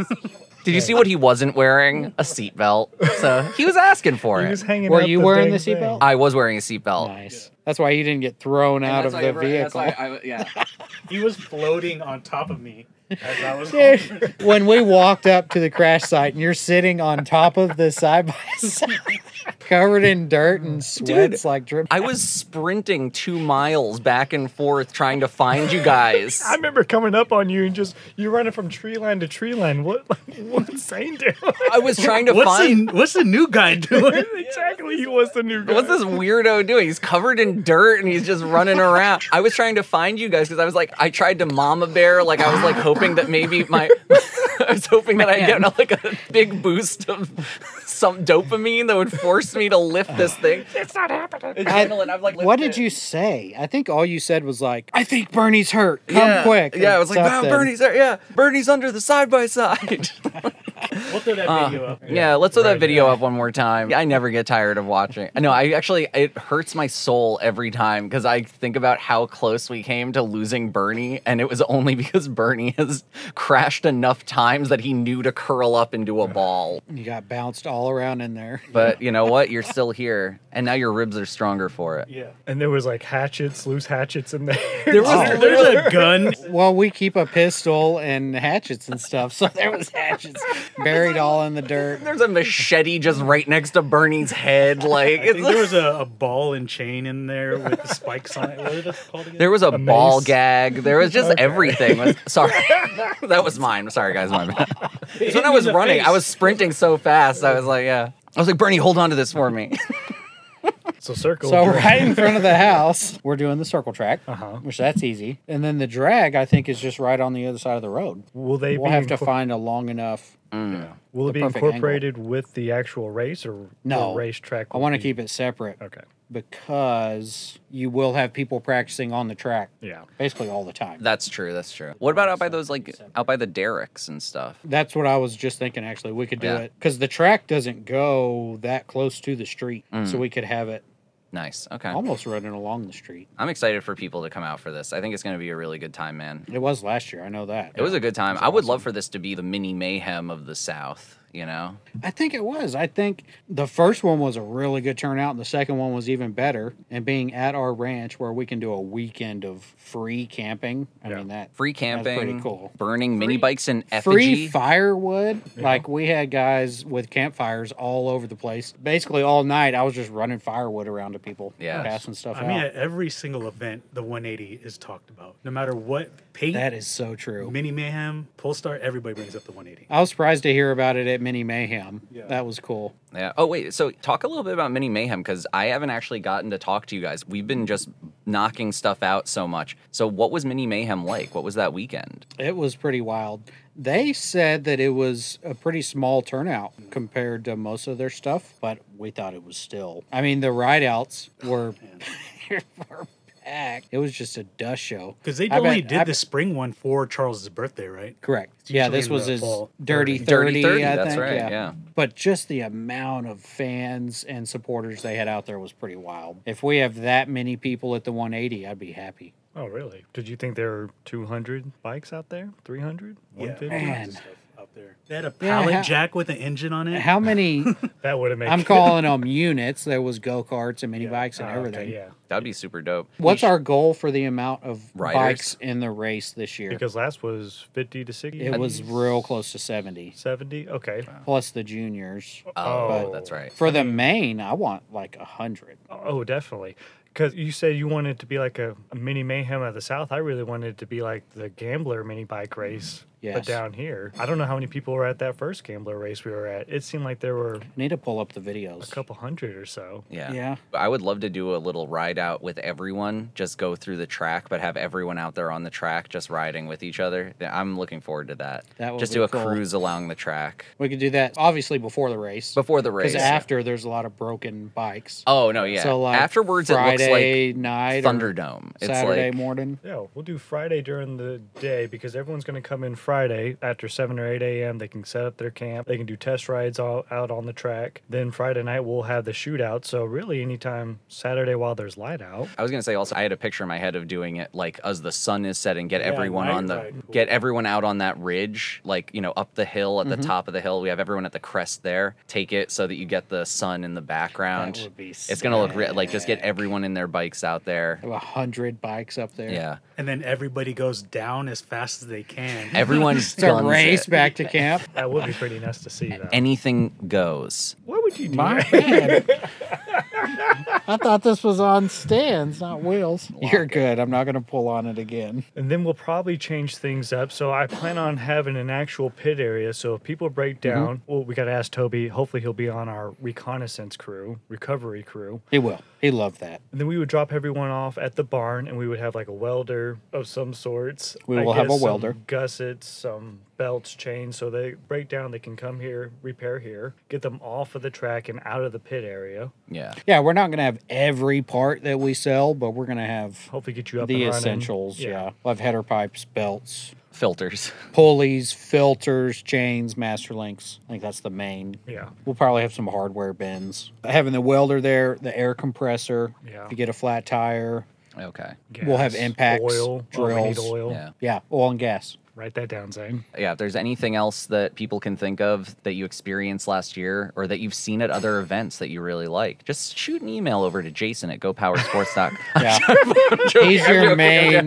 [SPEAKER 3] Did you see what he wasn't wearing? A seatbelt. So he was asking for
[SPEAKER 1] He
[SPEAKER 3] it.
[SPEAKER 1] was hanging.
[SPEAKER 2] Were
[SPEAKER 1] out
[SPEAKER 2] you
[SPEAKER 1] the
[SPEAKER 2] wearing
[SPEAKER 1] dang
[SPEAKER 2] the
[SPEAKER 1] thing.
[SPEAKER 2] seatbelt?
[SPEAKER 3] I was wearing a seatbelt.
[SPEAKER 2] nice. That's why you didn't get thrown out of the vehicle.
[SPEAKER 3] yeah.
[SPEAKER 5] He was floating on top of me as I was.
[SPEAKER 2] Dude, when we walked up to the crash site and you're sitting on top of the side by side, covered in dirt and sweats like dripping.
[SPEAKER 3] I was sprinting two miles back and forth trying to find you guys.
[SPEAKER 1] I remember coming up on you and just you running from tree line to tree line. What? Like, what's Zane doing?
[SPEAKER 3] I was trying to
[SPEAKER 4] What's
[SPEAKER 3] find.
[SPEAKER 4] the, what's the new guy doing?
[SPEAKER 1] exactly, he was the new guy.
[SPEAKER 3] What's this weirdo doing? He's covered in dirt and he's just running around. I was trying to find you guys because I was like, I tried to mama bear, like I was like hoping that maybe my, I was hoping that I get like a big boost of some dopamine that would force me to lift this thing. It's not happening. Adrenaline. I'm like,
[SPEAKER 2] What
[SPEAKER 3] lifting
[SPEAKER 2] did
[SPEAKER 3] it.
[SPEAKER 2] you say? I think all you said was like, "I think Bernie's hurt. Come
[SPEAKER 3] Yeah,
[SPEAKER 2] quick."
[SPEAKER 3] Yeah,
[SPEAKER 2] or
[SPEAKER 3] I was like, wow,
[SPEAKER 2] something.
[SPEAKER 3] Bernie's there. Yeah, Bernie's under the side by side.
[SPEAKER 5] We'll throw that video up.
[SPEAKER 3] Yeah, let's throw that video up one more time. I never get tired of watching. No, I actually it hurts my soul every time because I think about how close we came to losing Bernie, and it was only because Bernie has crashed enough times that he knew to curl up into a ball.
[SPEAKER 2] You got bounced all around in there.
[SPEAKER 3] But you know what? You're still here, and now your ribs are stronger for it.
[SPEAKER 5] Yeah.
[SPEAKER 1] And there was like hatchets, loose hatchets in there.
[SPEAKER 3] There was
[SPEAKER 2] Oh.
[SPEAKER 4] There's a gun.
[SPEAKER 2] Well, we keep a pistol and hatchets and stuff, so there was hatchets buried all in the dirt.
[SPEAKER 3] there's a machete just right next to Bernie's head. Like
[SPEAKER 4] I think
[SPEAKER 3] it's,
[SPEAKER 4] there was a, a ball and chain in there with the spikes on it. What is it called again?
[SPEAKER 3] There was a, ball
[SPEAKER 1] mace.
[SPEAKER 3] gag. There was just everything. Was, sorry, that was mine. Sorry, guys, my bad. It's when I
[SPEAKER 5] me
[SPEAKER 3] was
[SPEAKER 5] in the
[SPEAKER 3] running, I
[SPEAKER 5] face.
[SPEAKER 3] was sprinting so fast. I was like, yeah. I was like, Bernie, hold on to this for me.
[SPEAKER 1] so circle.
[SPEAKER 2] So
[SPEAKER 1] jerk.
[SPEAKER 2] right in front of the house, we're doing the circle track,
[SPEAKER 1] Uh-huh.
[SPEAKER 2] which that's easy. And then the drag, I think, is just right on the other side of the road.
[SPEAKER 1] Will they
[SPEAKER 2] We'll
[SPEAKER 1] be
[SPEAKER 2] have to
[SPEAKER 1] inco-
[SPEAKER 2] find a long enough.
[SPEAKER 1] Will it
[SPEAKER 2] the
[SPEAKER 1] be
[SPEAKER 2] perfect angle.
[SPEAKER 1] incorporated with the actual race or
[SPEAKER 2] No.
[SPEAKER 1] the racetrack?
[SPEAKER 2] I want to keep it separate
[SPEAKER 1] Okay.
[SPEAKER 2] because you will have people practicing on the track
[SPEAKER 1] Yeah.
[SPEAKER 2] basically all the time.
[SPEAKER 3] That's true. That's true. What about out by those like out by the derricks and stuff?
[SPEAKER 2] That's what I was just thinking. Actually, we could do
[SPEAKER 3] Yeah.
[SPEAKER 2] it because the track doesn't go that close to the street,
[SPEAKER 3] Mm.
[SPEAKER 2] so we could have it
[SPEAKER 3] Nice. Okay.
[SPEAKER 2] almost running along the street.
[SPEAKER 3] I'm excited for people to come out for this. I think it's going to be a really good time, man.
[SPEAKER 2] It was last year. I know that.
[SPEAKER 3] It was a good time. I would love for this to be the mini mayhem of the South. You know,
[SPEAKER 2] I think it was. I think the first one was a really good turnout, and the second one was even better. And being at our ranch where we can do a weekend of free camping, I
[SPEAKER 1] Yeah.
[SPEAKER 2] mean that
[SPEAKER 3] free
[SPEAKER 2] that's
[SPEAKER 3] camping,
[SPEAKER 2] pretty cool.
[SPEAKER 3] burning mini bikes in
[SPEAKER 2] Free
[SPEAKER 3] effigy.
[SPEAKER 2] firewood. Like we had guys with campfires all over the place. Basically all night, I was just running firewood around to people,
[SPEAKER 3] Yes.
[SPEAKER 2] passing stuff
[SPEAKER 4] I
[SPEAKER 2] out.
[SPEAKER 4] mean, at every single event, the 180 is talked about. No matter what paint,
[SPEAKER 2] that is so true.
[SPEAKER 4] Mini Mayhem, Polestar, everybody brings up the 180.
[SPEAKER 2] I was surprised to hear about it at Mini Mayhem. That was cool.
[SPEAKER 3] Yeah. Oh wait. So talk a little bit about Mini Mayhem because I haven't actually gotten to talk to you guys. We've been just knocking stuff out so much. So, what was Mini Mayhem like? What was that weekend?
[SPEAKER 2] It was pretty wild. They said that it was a pretty small turnout compared to most of their stuff, but we thought it was still. I mean, the rideouts
[SPEAKER 4] Oh,
[SPEAKER 2] were, were packed. It was just a dust show.
[SPEAKER 4] Because they
[SPEAKER 2] I
[SPEAKER 4] only
[SPEAKER 2] bet-
[SPEAKER 4] did
[SPEAKER 2] I-
[SPEAKER 4] the spring one for Charles's birthday, right?
[SPEAKER 2] Correct.
[SPEAKER 4] It's
[SPEAKER 2] Yeah,
[SPEAKER 4] usually
[SPEAKER 2] this
[SPEAKER 4] in
[SPEAKER 2] was
[SPEAKER 4] the
[SPEAKER 2] his
[SPEAKER 4] fall.
[SPEAKER 2] dirty thirty.
[SPEAKER 3] Dirty 30,
[SPEAKER 2] I
[SPEAKER 3] that's
[SPEAKER 2] think.
[SPEAKER 3] right,
[SPEAKER 2] Yeah.
[SPEAKER 3] yeah.
[SPEAKER 2] But just the amount of fans and supporters they had out there was pretty wild. If we have that many people at the 180, I'd be happy.
[SPEAKER 1] Oh, really? Did you think there were 200 bikes out there? 300?
[SPEAKER 4] Yeah,
[SPEAKER 1] 150?
[SPEAKER 4] all
[SPEAKER 2] Man.
[SPEAKER 4] kinds of stuff out there. They had a
[SPEAKER 2] Yeah,
[SPEAKER 4] pallet
[SPEAKER 2] how-
[SPEAKER 4] jack with an engine on it.
[SPEAKER 2] How many?
[SPEAKER 1] That would have made
[SPEAKER 2] I'm calling them units. There was go karts and mini bikes and
[SPEAKER 1] Ah, okay,
[SPEAKER 2] everything.
[SPEAKER 1] yeah.
[SPEAKER 3] That'd be super dope.
[SPEAKER 2] What's our goal for the amount of
[SPEAKER 3] Riders?
[SPEAKER 2] bikes in the race this year?
[SPEAKER 1] Because last was 50 to 60.
[SPEAKER 2] it was real close to 70,
[SPEAKER 1] 70. Okay.
[SPEAKER 2] plus the juniors.
[SPEAKER 3] Oh,
[SPEAKER 1] Oh.
[SPEAKER 3] that's right.
[SPEAKER 2] For the main, I want like 100.
[SPEAKER 1] Oh, definitely. Because you said you wanted it to be like a, a mini mayhem of the South. I really wanted it to be like the Gambler mini bike race.
[SPEAKER 2] Yes.
[SPEAKER 1] But down here, I don't know how many people were at that first Gambler race we were at. It seemed like there were
[SPEAKER 2] need to pull up the videos.
[SPEAKER 1] a couple hundred or so.
[SPEAKER 3] Yeah.
[SPEAKER 2] Yeah.
[SPEAKER 3] I would love to do a little ride out with everyone, just go through the track, but have everyone out there on the track just riding with each other. I'm looking forward to that.
[SPEAKER 2] That would
[SPEAKER 3] just
[SPEAKER 2] be
[SPEAKER 3] do a
[SPEAKER 2] cool.
[SPEAKER 3] cruise along the track
[SPEAKER 2] We could do that obviously before the race.
[SPEAKER 3] before the race.
[SPEAKER 2] Because after there's a lot of broken bikes.
[SPEAKER 3] oh, no, yeah.
[SPEAKER 2] So like
[SPEAKER 3] Afterwards,
[SPEAKER 2] Friday
[SPEAKER 3] it
[SPEAKER 2] night,
[SPEAKER 3] looks like Thunderdome.
[SPEAKER 2] or
[SPEAKER 3] It's
[SPEAKER 2] Saturday
[SPEAKER 3] like,
[SPEAKER 2] morning.
[SPEAKER 1] Yeah, we'll do Friday during the day because everyone's going to come in Friday after 7 or 8 a.m. They can set up their camp. They can do test rides all out on the track. Then Friday night, we'll have the shootout. So, really, anytime Saturday while there's light out.
[SPEAKER 3] I was gonna say also I had a picture in my head of doing it like as the sun is setting, get everyone
[SPEAKER 4] night
[SPEAKER 3] on the
[SPEAKER 4] ride, cool.
[SPEAKER 3] get everyone out on that ridge, like you know, up the hill at the top of the hill. We have everyone at the crest there. Take it so that you get the sun in the background.
[SPEAKER 2] would be Oh,
[SPEAKER 3] it's gonna look re- like just get everyone in their bikes out there.
[SPEAKER 2] Have a hundred bikes up there.
[SPEAKER 3] Yeah,
[SPEAKER 4] and then everybody goes down as fast as they can.
[SPEAKER 3] everyone's
[SPEAKER 2] It's a
[SPEAKER 3] guns
[SPEAKER 2] race
[SPEAKER 3] it.
[SPEAKER 2] back to camp.
[SPEAKER 1] That would be pretty nice to see, though.
[SPEAKER 3] Anything goes.
[SPEAKER 1] Why would you do
[SPEAKER 2] My
[SPEAKER 1] that?
[SPEAKER 2] bad. I thought this was on stands, not wheels. You're good. I'm not going to pull on it again.
[SPEAKER 1] And then we'll probably change things up. So I plan on having an actual pit area. So if people break down, well, we got to ask Toby. Hopefully, he'll be on our reconnaissance crew, recovery crew.
[SPEAKER 2] He will. He loved that.
[SPEAKER 1] And then we would drop everyone off at the barn, and we would have like a welder of some sorts.
[SPEAKER 2] We
[SPEAKER 1] I
[SPEAKER 2] will have
[SPEAKER 1] guess
[SPEAKER 2] a welder.
[SPEAKER 1] some gussets, some belts, chains, so they break down. They can come here, repair here, get them off of the track and out of the pit area.
[SPEAKER 3] Yeah.
[SPEAKER 2] Yeah, we're not going to have every part that we sell, but we're going to have
[SPEAKER 1] Hopefully, get you up
[SPEAKER 2] the
[SPEAKER 1] and running.
[SPEAKER 2] essentials. Yeah. We'll have header pipes, belts,
[SPEAKER 3] Filters.
[SPEAKER 2] pulleys, filters, chains, master links. I think that's the main.
[SPEAKER 1] yeah,
[SPEAKER 2] We'll probably have some hardware bins. Having the welder there, the air compressor.
[SPEAKER 1] Yeah.
[SPEAKER 2] If you get a flat tire,
[SPEAKER 3] Okay.
[SPEAKER 2] We'll have
[SPEAKER 1] Gas,
[SPEAKER 2] impacts,
[SPEAKER 1] oil, Oh, we need
[SPEAKER 2] drills.
[SPEAKER 1] oil.
[SPEAKER 3] Yeah.
[SPEAKER 2] yeah, oil and gas.
[SPEAKER 1] Write that down, Zane.
[SPEAKER 3] Yeah, if there's anything else that people can think of that you experienced last year or that you've seen at other events that you really like, just shoot an email over to Jason at gopowersports.com.
[SPEAKER 2] Yeah. He's your main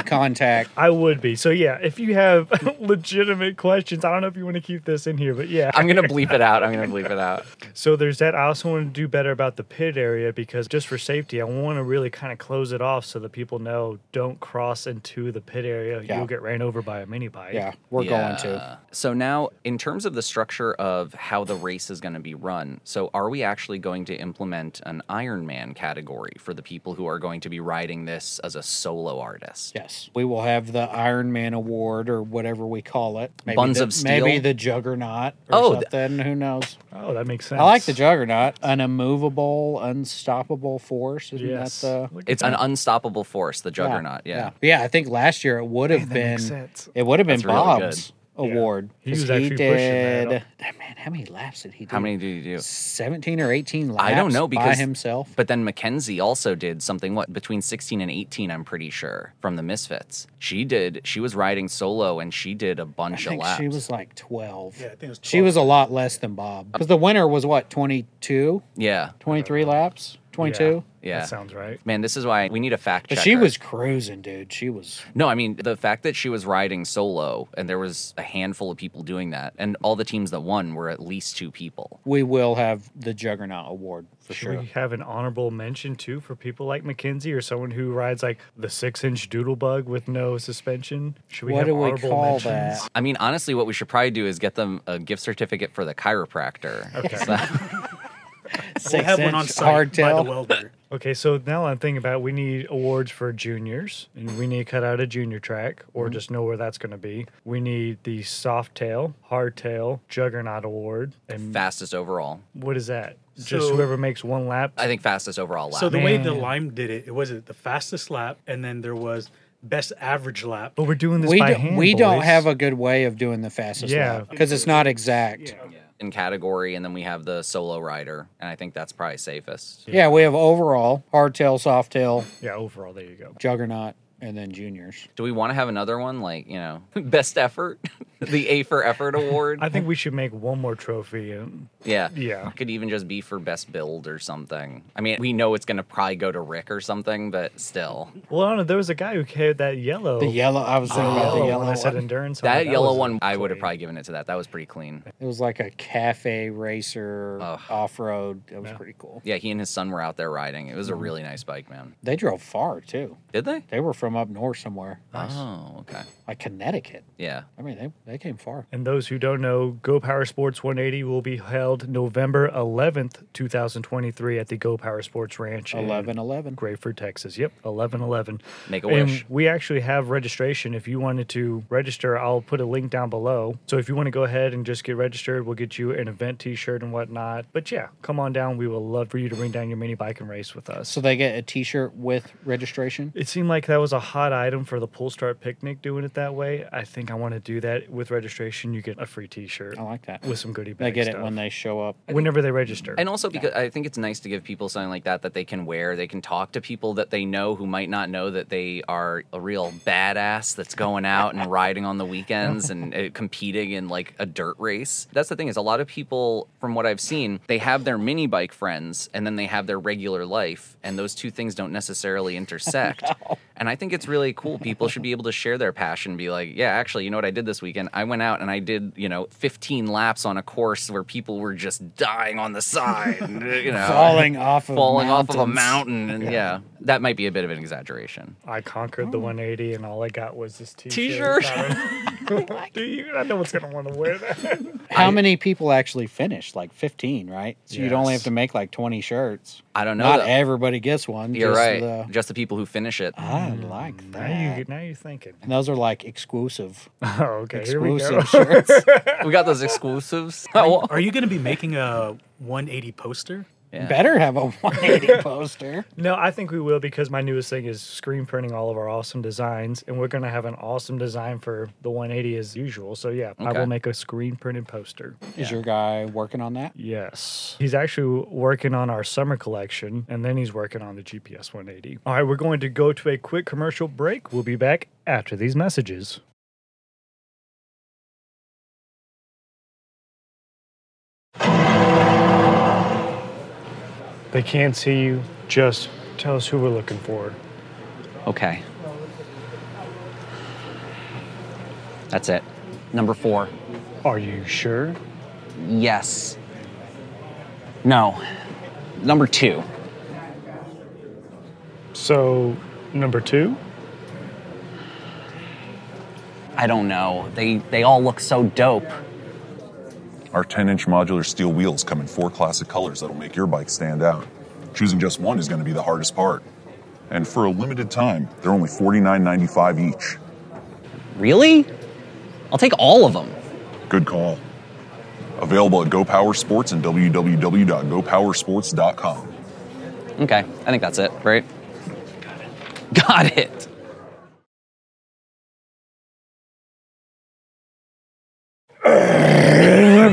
[SPEAKER 2] contact.
[SPEAKER 1] I would be. So yeah, if you have legitimate questions, I don't know if you want to keep this in here, but yeah.
[SPEAKER 3] I'm going to bleep it out. I'm going to bleep it out.
[SPEAKER 1] So there's that. I also want to do better about the pit area because just for safety, I want to really kind of close it off so that people know don't cross into the pit area.
[SPEAKER 2] Yeah.
[SPEAKER 1] You'll get ran over by a mini bike.
[SPEAKER 2] Yeah, we're going to.
[SPEAKER 3] Yeah. So now, in terms of the structure of how the race is going to be run, so are we actually going to implement an Ironman category for the people who are going to be riding this as a solo artist?
[SPEAKER 2] Yes, we will have the Iron Man Award or whatever we call it. Maybe
[SPEAKER 3] Buns
[SPEAKER 2] the,
[SPEAKER 3] of steel?
[SPEAKER 2] Maybe the Juggernaut or
[SPEAKER 3] Oh, th-
[SPEAKER 2] something. Who knows?
[SPEAKER 1] Oh, that makes sense.
[SPEAKER 2] I like the Juggernaut, an immovable, unstoppable force. Isn't
[SPEAKER 1] Yes.
[SPEAKER 2] uh, that the?
[SPEAKER 1] Look at
[SPEAKER 3] It's an unstoppable force, the Juggernaut. Yeah.
[SPEAKER 2] yeah. Yeah, I think last year it would have
[SPEAKER 1] that makes
[SPEAKER 2] been.
[SPEAKER 1] sense.
[SPEAKER 2] It would have been
[SPEAKER 3] That's really good.
[SPEAKER 2] Bob's award.
[SPEAKER 1] He
[SPEAKER 2] 'cause Ah,
[SPEAKER 1] was actually pushing that up.
[SPEAKER 2] Man, how many laps did he do?
[SPEAKER 3] How many do you do?
[SPEAKER 2] Seventeen or eighteen laps.
[SPEAKER 3] I don't know
[SPEAKER 2] by
[SPEAKER 3] because
[SPEAKER 2] himself.
[SPEAKER 3] But then Mackenzie also did something what between 16 and 18, I'm pretty sure, from the Misfits. She did. She was riding solo and she did a
[SPEAKER 2] I
[SPEAKER 3] bunch of
[SPEAKER 2] think
[SPEAKER 3] laps.
[SPEAKER 2] she was like twelve.
[SPEAKER 4] Yeah, I think it was
[SPEAKER 2] She
[SPEAKER 4] 12.
[SPEAKER 2] was a lot less than Bob because the winner was what 22,
[SPEAKER 3] yeah, Uh,
[SPEAKER 2] 23 laps, twenty two.
[SPEAKER 3] yeah.
[SPEAKER 1] That sounds right.
[SPEAKER 3] Man, this is why we need a fact check.
[SPEAKER 2] But she was cruising, dude. She was.
[SPEAKER 3] no, I mean the fact that she was riding solo and there was a handful of people doing that, and all the teams that won were at least two people.
[SPEAKER 2] We will have the Juggernaut Award for
[SPEAKER 1] Should
[SPEAKER 2] sure.
[SPEAKER 1] we have an honorable mention too for people like Mackenzie or someone who rides like the six-inch doodle bug with no suspension? Should we
[SPEAKER 2] what
[SPEAKER 1] have
[SPEAKER 2] do we
[SPEAKER 1] honorable
[SPEAKER 2] call
[SPEAKER 1] mentions?
[SPEAKER 2] that?
[SPEAKER 3] I mean, honestly, what we should probably do is get them a gift certificate for the chiropractor.
[SPEAKER 1] Okay.
[SPEAKER 3] So-
[SPEAKER 4] We'll
[SPEAKER 2] six
[SPEAKER 4] have
[SPEAKER 2] inch
[SPEAKER 4] one on site by the
[SPEAKER 2] hardtail.
[SPEAKER 4] welder.
[SPEAKER 1] Okay, so now I'm thinking about it, we need awards for juniors, and we need to cut out a junior track or
[SPEAKER 2] Mm-hmm.
[SPEAKER 1] just know where that's going to be. We need the soft tail, hard tail, juggernaut award, and
[SPEAKER 3] Fastest overall.
[SPEAKER 1] what is that? Just
[SPEAKER 4] So-
[SPEAKER 1] whoever makes one lap.
[SPEAKER 3] I think fastest overall lap.
[SPEAKER 4] So the way the
[SPEAKER 1] Man.
[SPEAKER 4] Lime did it, it was it the fastest lap, and then there was best average lap.
[SPEAKER 1] but we're doing this
[SPEAKER 2] We,
[SPEAKER 1] by
[SPEAKER 2] do,
[SPEAKER 1] hand.
[SPEAKER 2] we don't
[SPEAKER 1] boys.
[SPEAKER 2] have a good way of doing the fastest
[SPEAKER 1] Yeah.
[SPEAKER 2] because it's not exact.
[SPEAKER 4] Yeah.
[SPEAKER 3] in category, and then we have the solo rider, and I think that's probably safest.
[SPEAKER 2] Yeah, we have overall, hardtail, softtail,
[SPEAKER 1] Yeah, overall, there you go.
[SPEAKER 2] juggernaut, and then juniors.
[SPEAKER 3] Do we want to have another one like you know best effort, the A for effort award?
[SPEAKER 1] I think we should make one more trophy. And
[SPEAKER 3] yeah,
[SPEAKER 1] yeah.
[SPEAKER 3] Could even just be for best build or something. I mean, we know it's gonna probably go to Rick or something, but still,
[SPEAKER 1] well, I don't know. There was a guy who carried that yellow.
[SPEAKER 2] The yellow, I was thinking about
[SPEAKER 1] yellow
[SPEAKER 2] the
[SPEAKER 1] one
[SPEAKER 2] yellow
[SPEAKER 1] Oh. I said
[SPEAKER 2] one.
[SPEAKER 1] endurance. on
[SPEAKER 3] that
[SPEAKER 1] it,
[SPEAKER 3] yellow
[SPEAKER 1] was
[SPEAKER 3] one I would have
[SPEAKER 1] clean.
[SPEAKER 3] probably given it to that. That was pretty clean.
[SPEAKER 2] It was like a cafe racer
[SPEAKER 3] Ugh.
[SPEAKER 2] off road. It was
[SPEAKER 1] Yeah.
[SPEAKER 2] pretty cool.
[SPEAKER 3] Yeah, he and his son were out there riding. It was
[SPEAKER 1] Mm-hmm.
[SPEAKER 3] a really nice bike, man.
[SPEAKER 2] They drove far too.
[SPEAKER 3] Did they?
[SPEAKER 2] They were from up north somewhere,
[SPEAKER 3] Oh, okay.
[SPEAKER 2] like Connecticut.
[SPEAKER 3] Yeah.
[SPEAKER 2] I mean, they, they came far.
[SPEAKER 1] And those who don't know, Go Power Sports 180 will be held November 11th, 2023 at the Go Power Sports Ranch. in
[SPEAKER 2] 11 11.
[SPEAKER 1] Grayford, Texas. Yep, 1111.
[SPEAKER 3] Make a
[SPEAKER 1] and
[SPEAKER 3] wish.
[SPEAKER 1] we actually have registration. If you wanted to register, I'll put a link down below. So if you want to go ahead and just get registered, we'll get you an event t shirt and whatnot. But yeah, come on down. We would love for you to bring down your mini bike and race with us.
[SPEAKER 2] So they get a t shirt with registration.
[SPEAKER 1] It seemed like that was a hot item for the Pull Start Picnic doing it that way. I think I want to do that with registration. You get a free t shirt
[SPEAKER 2] I like that.
[SPEAKER 1] with some goodie bags.
[SPEAKER 2] They get it when they show up.
[SPEAKER 1] whenever they register.
[SPEAKER 3] And also because I think it's nice to give people something like that that they can wear. They can talk to people that they know who might not know that they are a real badass that's going out and riding on the weekends and uh, competing in like a dirt race. That's the thing is a lot of people from what I've seen, they have their mini bike friends and then they have their regular life and those two things don't necessarily intersect. And I think it's really cool. People should be able to share their passion, be like, yeah, actually, you know what I did this weekend? I went out and I did, you know, 15 laps on a course where people were just dying on the side, and, uh, you know,
[SPEAKER 2] Falling off of
[SPEAKER 3] falling off of a
[SPEAKER 2] mountains.
[SPEAKER 3] mountain. And yeah. that might be a bit of an exaggeration.
[SPEAKER 1] I conquered
[SPEAKER 3] Oh.
[SPEAKER 1] the 180, and all I got was this t-shirt.
[SPEAKER 3] T-shirt?
[SPEAKER 1] I don't- Do you- I know what's gonna want to wear that.
[SPEAKER 2] How many people actually finish? Like 15, right? So you'd only have
[SPEAKER 1] Yes.
[SPEAKER 2] to make like 20 shirts.
[SPEAKER 3] I don't know.
[SPEAKER 2] Not
[SPEAKER 3] though.
[SPEAKER 2] everybody gets one.
[SPEAKER 3] You're
[SPEAKER 2] just
[SPEAKER 3] right.
[SPEAKER 2] the-
[SPEAKER 3] Just the people who finish it.
[SPEAKER 2] I like
[SPEAKER 1] Mm,
[SPEAKER 2] that.
[SPEAKER 1] now you now you're thinking.
[SPEAKER 2] and those are like exclusive,
[SPEAKER 1] Oh, okay. Here we
[SPEAKER 2] exclusive
[SPEAKER 1] go.
[SPEAKER 2] shirts.
[SPEAKER 3] we got those exclusives.
[SPEAKER 4] Are you going to be making a 180 poster?
[SPEAKER 3] Yeah.
[SPEAKER 2] Better have a 180 poster.
[SPEAKER 1] No, I think we will because my newest thing is screen printing all of our awesome designs, and we're gonna have an awesome design for the 180 as usual. So yeah, I
[SPEAKER 3] Okay.
[SPEAKER 1] will make a screen printed poster.
[SPEAKER 2] Is your guy working on that?
[SPEAKER 1] Yes. He's actually working on our summer collection and then he's working on the GPS 180. All right, we're going to go to a quick commercial break. We'll be back after these messages. They can't see you. Just tell us who we're looking for.
[SPEAKER 3] Okay. That's it. Number four.
[SPEAKER 1] Are you sure?
[SPEAKER 3] Yes. No. Number two.
[SPEAKER 1] So, number two?
[SPEAKER 3] I don't know. They they all look so dope.
[SPEAKER 6] Our 10 inch modular steel wheels come in four classic colors that'll make your bike stand out. Choosing just one is going to be the hardest part. And for a limited time, they're only $49.95 each.
[SPEAKER 3] Really? I'll take all of them.
[SPEAKER 6] Good call. Available at Go Power Sports and www.gopowersports.com.
[SPEAKER 3] Okay. I think that's it, right? Got it. Got it. Every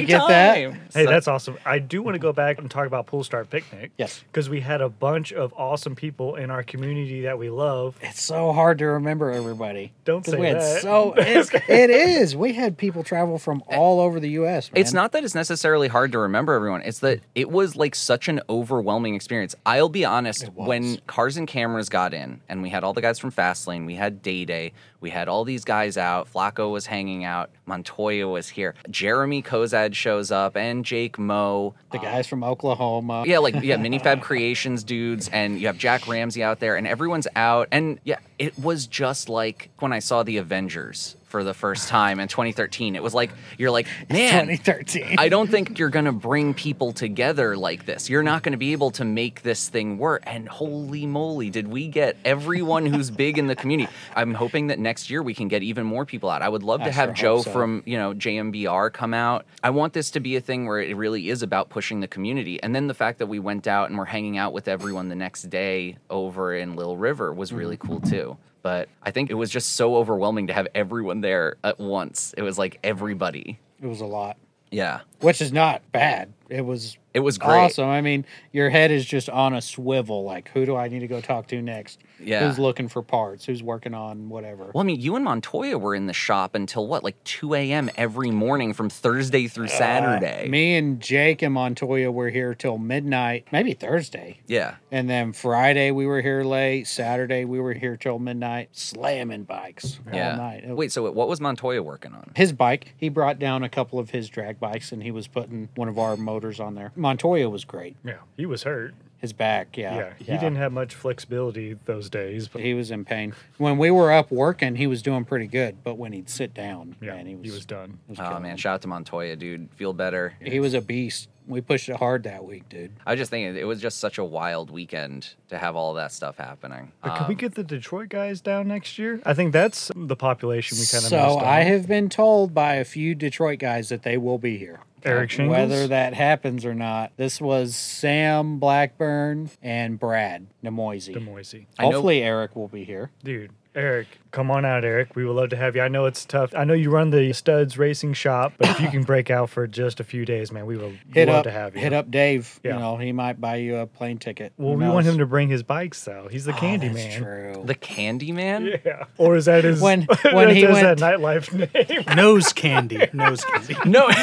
[SPEAKER 2] you get that?
[SPEAKER 3] time.
[SPEAKER 1] Hey, that's awesome. I do want to go back and talk about Pool Star Picnic.
[SPEAKER 2] Yes.
[SPEAKER 1] Because we had a bunch of awesome people in our community that we love.
[SPEAKER 2] It's so hard to remember everybody.
[SPEAKER 1] Don't
[SPEAKER 2] 'Cause
[SPEAKER 1] say
[SPEAKER 2] we had
[SPEAKER 1] that.
[SPEAKER 2] So it's, it is. We had people travel from all over the U.S.
[SPEAKER 3] Eh, It's
[SPEAKER 2] man.
[SPEAKER 3] not that it's necessarily hard to remember everyone. It's that it was like such an overwhelming experience. I'll be honest,
[SPEAKER 2] It was.
[SPEAKER 3] when Cars and Cameras got in and we had all the guys from Fastlane, we had Day Day, we had all these guys out, Flacco was hanging out, Montoya was here, Jeremy Kozad shows up, and Jake Moe.
[SPEAKER 2] the guys from Oklahoma.
[SPEAKER 3] Yeah, like yeah, Minifab Creations dudes, and you have Jack Ramsey out there, and everyone's out, and yeah, it was just like when I saw the Avengers for the first time in 2013. It was like you're like, man,
[SPEAKER 2] 2013.
[SPEAKER 3] I don't think you're going to bring people together like this. You're not going to be able to make this thing work. And holy moly, did we get everyone who's big in the community? I'm hoping that next year we can get even more people out. I would love
[SPEAKER 2] I
[SPEAKER 3] to have
[SPEAKER 2] sure
[SPEAKER 3] Joe
[SPEAKER 2] hope so.
[SPEAKER 3] from, you know, JMBR come out. I want this to be a thing where it really is about pushing the community. And then the fact that we went out and we're hanging out with everyone the next day over in Little River was
[SPEAKER 2] Mm-hmm.
[SPEAKER 3] really cool too. But I think it was just so overwhelming to have everyone there at once. It was like everybody.
[SPEAKER 2] It was a lot,
[SPEAKER 3] Yeah.
[SPEAKER 2] which is not bad. It was.
[SPEAKER 3] It was great.
[SPEAKER 2] Awesome. I mean, your head is just on a swivel. Like, who do I need to go talk to next?
[SPEAKER 3] Yeah.
[SPEAKER 2] Who's looking for parts? Who's working on whatever?
[SPEAKER 3] Well, I mean, you and Montoya were in the shop until what, like 2 a.m. every morning from Thursday through Saturday.
[SPEAKER 2] Uh, Me and Jake and Montoya were here till midnight, maybe Thursday.
[SPEAKER 3] Yeah.
[SPEAKER 2] And then Friday we were here late. Saturday we were here till midnight, slamming bikes
[SPEAKER 3] yeah.
[SPEAKER 2] all night. It-
[SPEAKER 3] Wait, so what was Montoya working on?
[SPEAKER 2] his bike, he brought down a couple of his drag bikes and he was putting one of our motors on there. Montoya was great.
[SPEAKER 1] Yeah, he was hurt.
[SPEAKER 2] His back, yeah.
[SPEAKER 1] Yeah, he didn't have much flexibility those days, but
[SPEAKER 2] He was in pain. When we were up working, he was doing pretty good, but when he'd sit down,
[SPEAKER 1] yeah,
[SPEAKER 2] man, he was,
[SPEAKER 1] done.
[SPEAKER 3] Oh, man. Shout out to Montoya, dude. Feel better.
[SPEAKER 2] he was a beast. We pushed it hard that week, dude.
[SPEAKER 3] I was just thinking, it was just such a wild weekend to have all that stuff happening.
[SPEAKER 1] But Uh, could we
[SPEAKER 3] Um,
[SPEAKER 1] get the Detroit guys down next year? I think that's the population we kind of
[SPEAKER 2] So I have been told by a few Detroit guys that they will be here.
[SPEAKER 1] Eric Shingles.
[SPEAKER 2] Whether that happens or not, this was Sam Blackburn and Brad Nemoisey.
[SPEAKER 1] to Moisey.
[SPEAKER 3] I know-
[SPEAKER 2] Hopefully, Eric will be here.
[SPEAKER 1] Dude, Eric, come on out, Eric. We would love to have you. I know it's tough. I know you run the studs racing shop, but if you can break out for just a few days, man, we will
[SPEAKER 2] Hit
[SPEAKER 1] love
[SPEAKER 2] up,
[SPEAKER 1] to have you.
[SPEAKER 2] hit up Dave.
[SPEAKER 1] Yeah.
[SPEAKER 2] You know, he might buy you a plane ticket.
[SPEAKER 1] Well,
[SPEAKER 2] Who
[SPEAKER 1] we want
[SPEAKER 2] knows?
[SPEAKER 1] him to bring his bikes though. He's the
[SPEAKER 2] Oh,
[SPEAKER 1] candy
[SPEAKER 2] that's
[SPEAKER 1] man.
[SPEAKER 2] True.
[SPEAKER 3] the Candyman?
[SPEAKER 1] Yeah. Or is that his
[SPEAKER 2] When-
[SPEAKER 1] that's
[SPEAKER 2] when he
[SPEAKER 1] his- that
[SPEAKER 2] went-
[SPEAKER 1] nightlife name?
[SPEAKER 4] Nose candy. Nose candy.
[SPEAKER 3] No.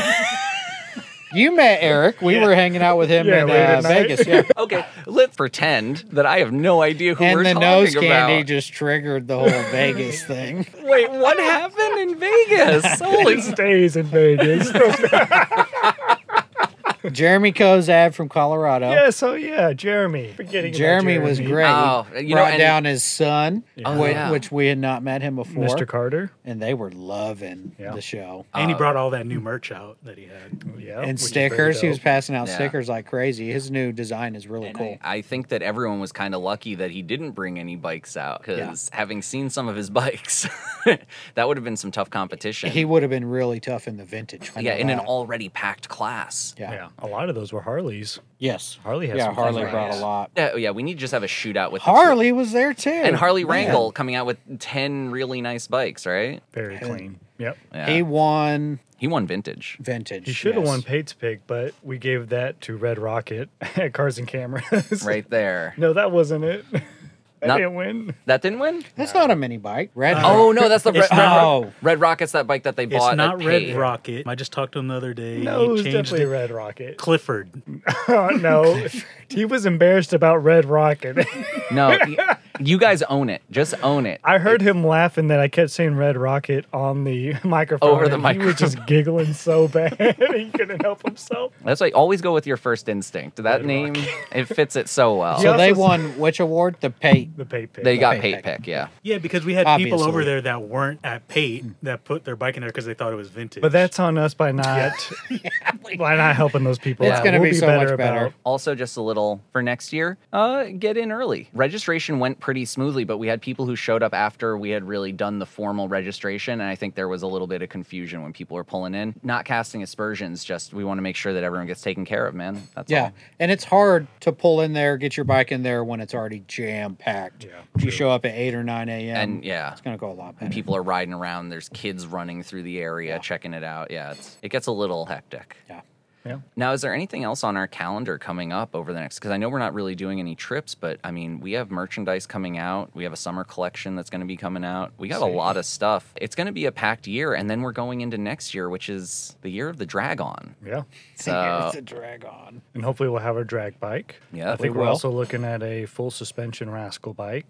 [SPEAKER 2] you met Eric. We were hanging out with him
[SPEAKER 1] Yeah,
[SPEAKER 2] in
[SPEAKER 1] late
[SPEAKER 2] uh,
[SPEAKER 1] at night.
[SPEAKER 2] Vegas. Yeah.
[SPEAKER 3] okay, let's pretend that I have no idea who we're
[SPEAKER 2] and the
[SPEAKER 3] talking
[SPEAKER 2] nose
[SPEAKER 3] about.
[SPEAKER 2] candy just triggered the whole Vegas thing.
[SPEAKER 3] Wait, what happened in Vegas? Holy
[SPEAKER 1] He stays in Vegas.
[SPEAKER 2] Jeremy Kozad from Colorado.
[SPEAKER 1] yeah, so yeah, Jeremy. Forgetting about
[SPEAKER 2] Jeremy was great.
[SPEAKER 3] Oh, you know,
[SPEAKER 2] Brought
[SPEAKER 3] and-
[SPEAKER 2] down his son,
[SPEAKER 3] Oh,
[SPEAKER 2] whi-
[SPEAKER 3] yeah.
[SPEAKER 2] which we had not met him before,
[SPEAKER 1] Mr. Carter.
[SPEAKER 2] and they were loving
[SPEAKER 1] Yeah.
[SPEAKER 2] the show.
[SPEAKER 4] And he brought all that new merch out that he had.
[SPEAKER 1] Uh, Yeah.
[SPEAKER 2] and
[SPEAKER 1] which is very
[SPEAKER 2] stickers, he was
[SPEAKER 1] dope.
[SPEAKER 2] passing out
[SPEAKER 3] Yeah.
[SPEAKER 2] stickers like crazy. His new design is really
[SPEAKER 3] And
[SPEAKER 2] cool.
[SPEAKER 3] I, I think that everyone was kind of lucky that he didn't bring any bikes out because having seen some of his bikes, that would have been some tough competition.
[SPEAKER 2] he would have been really tough in the vintage. I
[SPEAKER 3] yeah,
[SPEAKER 2] know
[SPEAKER 3] in an
[SPEAKER 2] that.
[SPEAKER 3] already packed class.
[SPEAKER 2] yeah.
[SPEAKER 1] Yeah. A lot of those were Harleys.
[SPEAKER 2] yes,
[SPEAKER 1] Harley has
[SPEAKER 2] yeah,
[SPEAKER 1] some
[SPEAKER 2] Harley
[SPEAKER 1] things.
[SPEAKER 2] brought a lot.
[SPEAKER 3] Yeah, oh, yeah, we need to just have a shootout with the two.
[SPEAKER 2] Harley was there too,
[SPEAKER 3] and Harley
[SPEAKER 2] Man.
[SPEAKER 3] Wrangle coming out with 10 really nice bikes, right?
[SPEAKER 1] Very clean. Yep.
[SPEAKER 3] Yeah.
[SPEAKER 2] He
[SPEAKER 3] He,
[SPEAKER 2] won
[SPEAKER 3] won vintage.
[SPEAKER 2] vintage.
[SPEAKER 1] He should have
[SPEAKER 2] yes.
[SPEAKER 1] won Pate's pick, but we gave that to Red Rocket at Cars and Cameras.
[SPEAKER 3] Right there.
[SPEAKER 1] No, that wasn't it. That
[SPEAKER 3] Not-
[SPEAKER 1] didn't win.
[SPEAKER 3] That didn't win?
[SPEAKER 2] That's not a mini bike.
[SPEAKER 1] Uh,
[SPEAKER 2] Red. Oh.
[SPEAKER 3] Oh, no, that's the Red,
[SPEAKER 4] It's
[SPEAKER 3] Red Ro-
[SPEAKER 2] Uh, not-
[SPEAKER 3] Red Rocket's that bike that they
[SPEAKER 4] It's
[SPEAKER 3] bought.
[SPEAKER 4] not
[SPEAKER 3] at
[SPEAKER 4] Red
[SPEAKER 3] Pate.
[SPEAKER 4] Rocket. I just talked to him the other day.
[SPEAKER 1] No, it was
[SPEAKER 4] he changed
[SPEAKER 1] definitely
[SPEAKER 4] it.
[SPEAKER 1] Red Rocket.
[SPEAKER 4] Clifford.
[SPEAKER 1] no, he was embarrassed about Red Rocket.
[SPEAKER 3] No, y- you guys own it. Just own it.
[SPEAKER 1] I heard him laughing that I kept saying Red Rocket on the microphone.
[SPEAKER 3] Over the
[SPEAKER 1] and He was just giggling so bad he couldn't help himself.
[SPEAKER 3] That's why always go with your first instinct. That name, it fits it so well.
[SPEAKER 2] So
[SPEAKER 1] He
[SPEAKER 2] they
[SPEAKER 1] also-
[SPEAKER 2] won which award? The Pate.
[SPEAKER 1] The Pate pick.
[SPEAKER 3] They got
[SPEAKER 2] Pate
[SPEAKER 3] Pate
[SPEAKER 2] pick.
[SPEAKER 3] pick, yeah.
[SPEAKER 4] Yeah, because we had people
[SPEAKER 2] Obviously.
[SPEAKER 4] over there that weren't at Pate that put their bike in there because they thought it was vintage.
[SPEAKER 1] Mm. but that's on us by not by not helping those people.
[SPEAKER 3] It's
[SPEAKER 1] out.
[SPEAKER 2] gonna
[SPEAKER 1] We'll
[SPEAKER 2] be so much better.
[SPEAKER 1] about-
[SPEAKER 3] Also, just a little for next year, uh, get in early. Registration went pretty smoothly, but we had people who showed up after we had really done the formal registration. And I think there was a little bit of confusion when people were pulling in. Not casting aspersions, just we want to make sure that everyone gets taken care of, man. That's
[SPEAKER 2] Yeah,
[SPEAKER 3] all.
[SPEAKER 2] and it's hard to pull in there, get your bike in there when it's already jam packed.
[SPEAKER 1] Yeah,
[SPEAKER 2] if you show up at eight or nine a.m.,
[SPEAKER 3] And yeah,
[SPEAKER 2] it's gonna go a lot better.
[SPEAKER 3] people are riding around. There's kids running through the area, checking it out. Yeah, it's, it gets a little hectic.
[SPEAKER 2] yeah,
[SPEAKER 1] Yeah.
[SPEAKER 3] Now, is there anything else on our calendar coming up over the next? Because I know we're not really doing any trips, but I mean, we have merchandise coming out. We have a summer collection that's going to be coming out. We got a lot of stuff. It's going to be a packed year, and then we're going into next year, which is the year of the dragon.
[SPEAKER 1] Yeah.
[SPEAKER 3] So,
[SPEAKER 2] it's a drag on.
[SPEAKER 1] And hopefully we'll have our drag bike.
[SPEAKER 3] Yeah,
[SPEAKER 1] I think we
[SPEAKER 2] we
[SPEAKER 1] are
[SPEAKER 2] will.
[SPEAKER 3] Oh.
[SPEAKER 1] also looking at a full suspension rascal bike.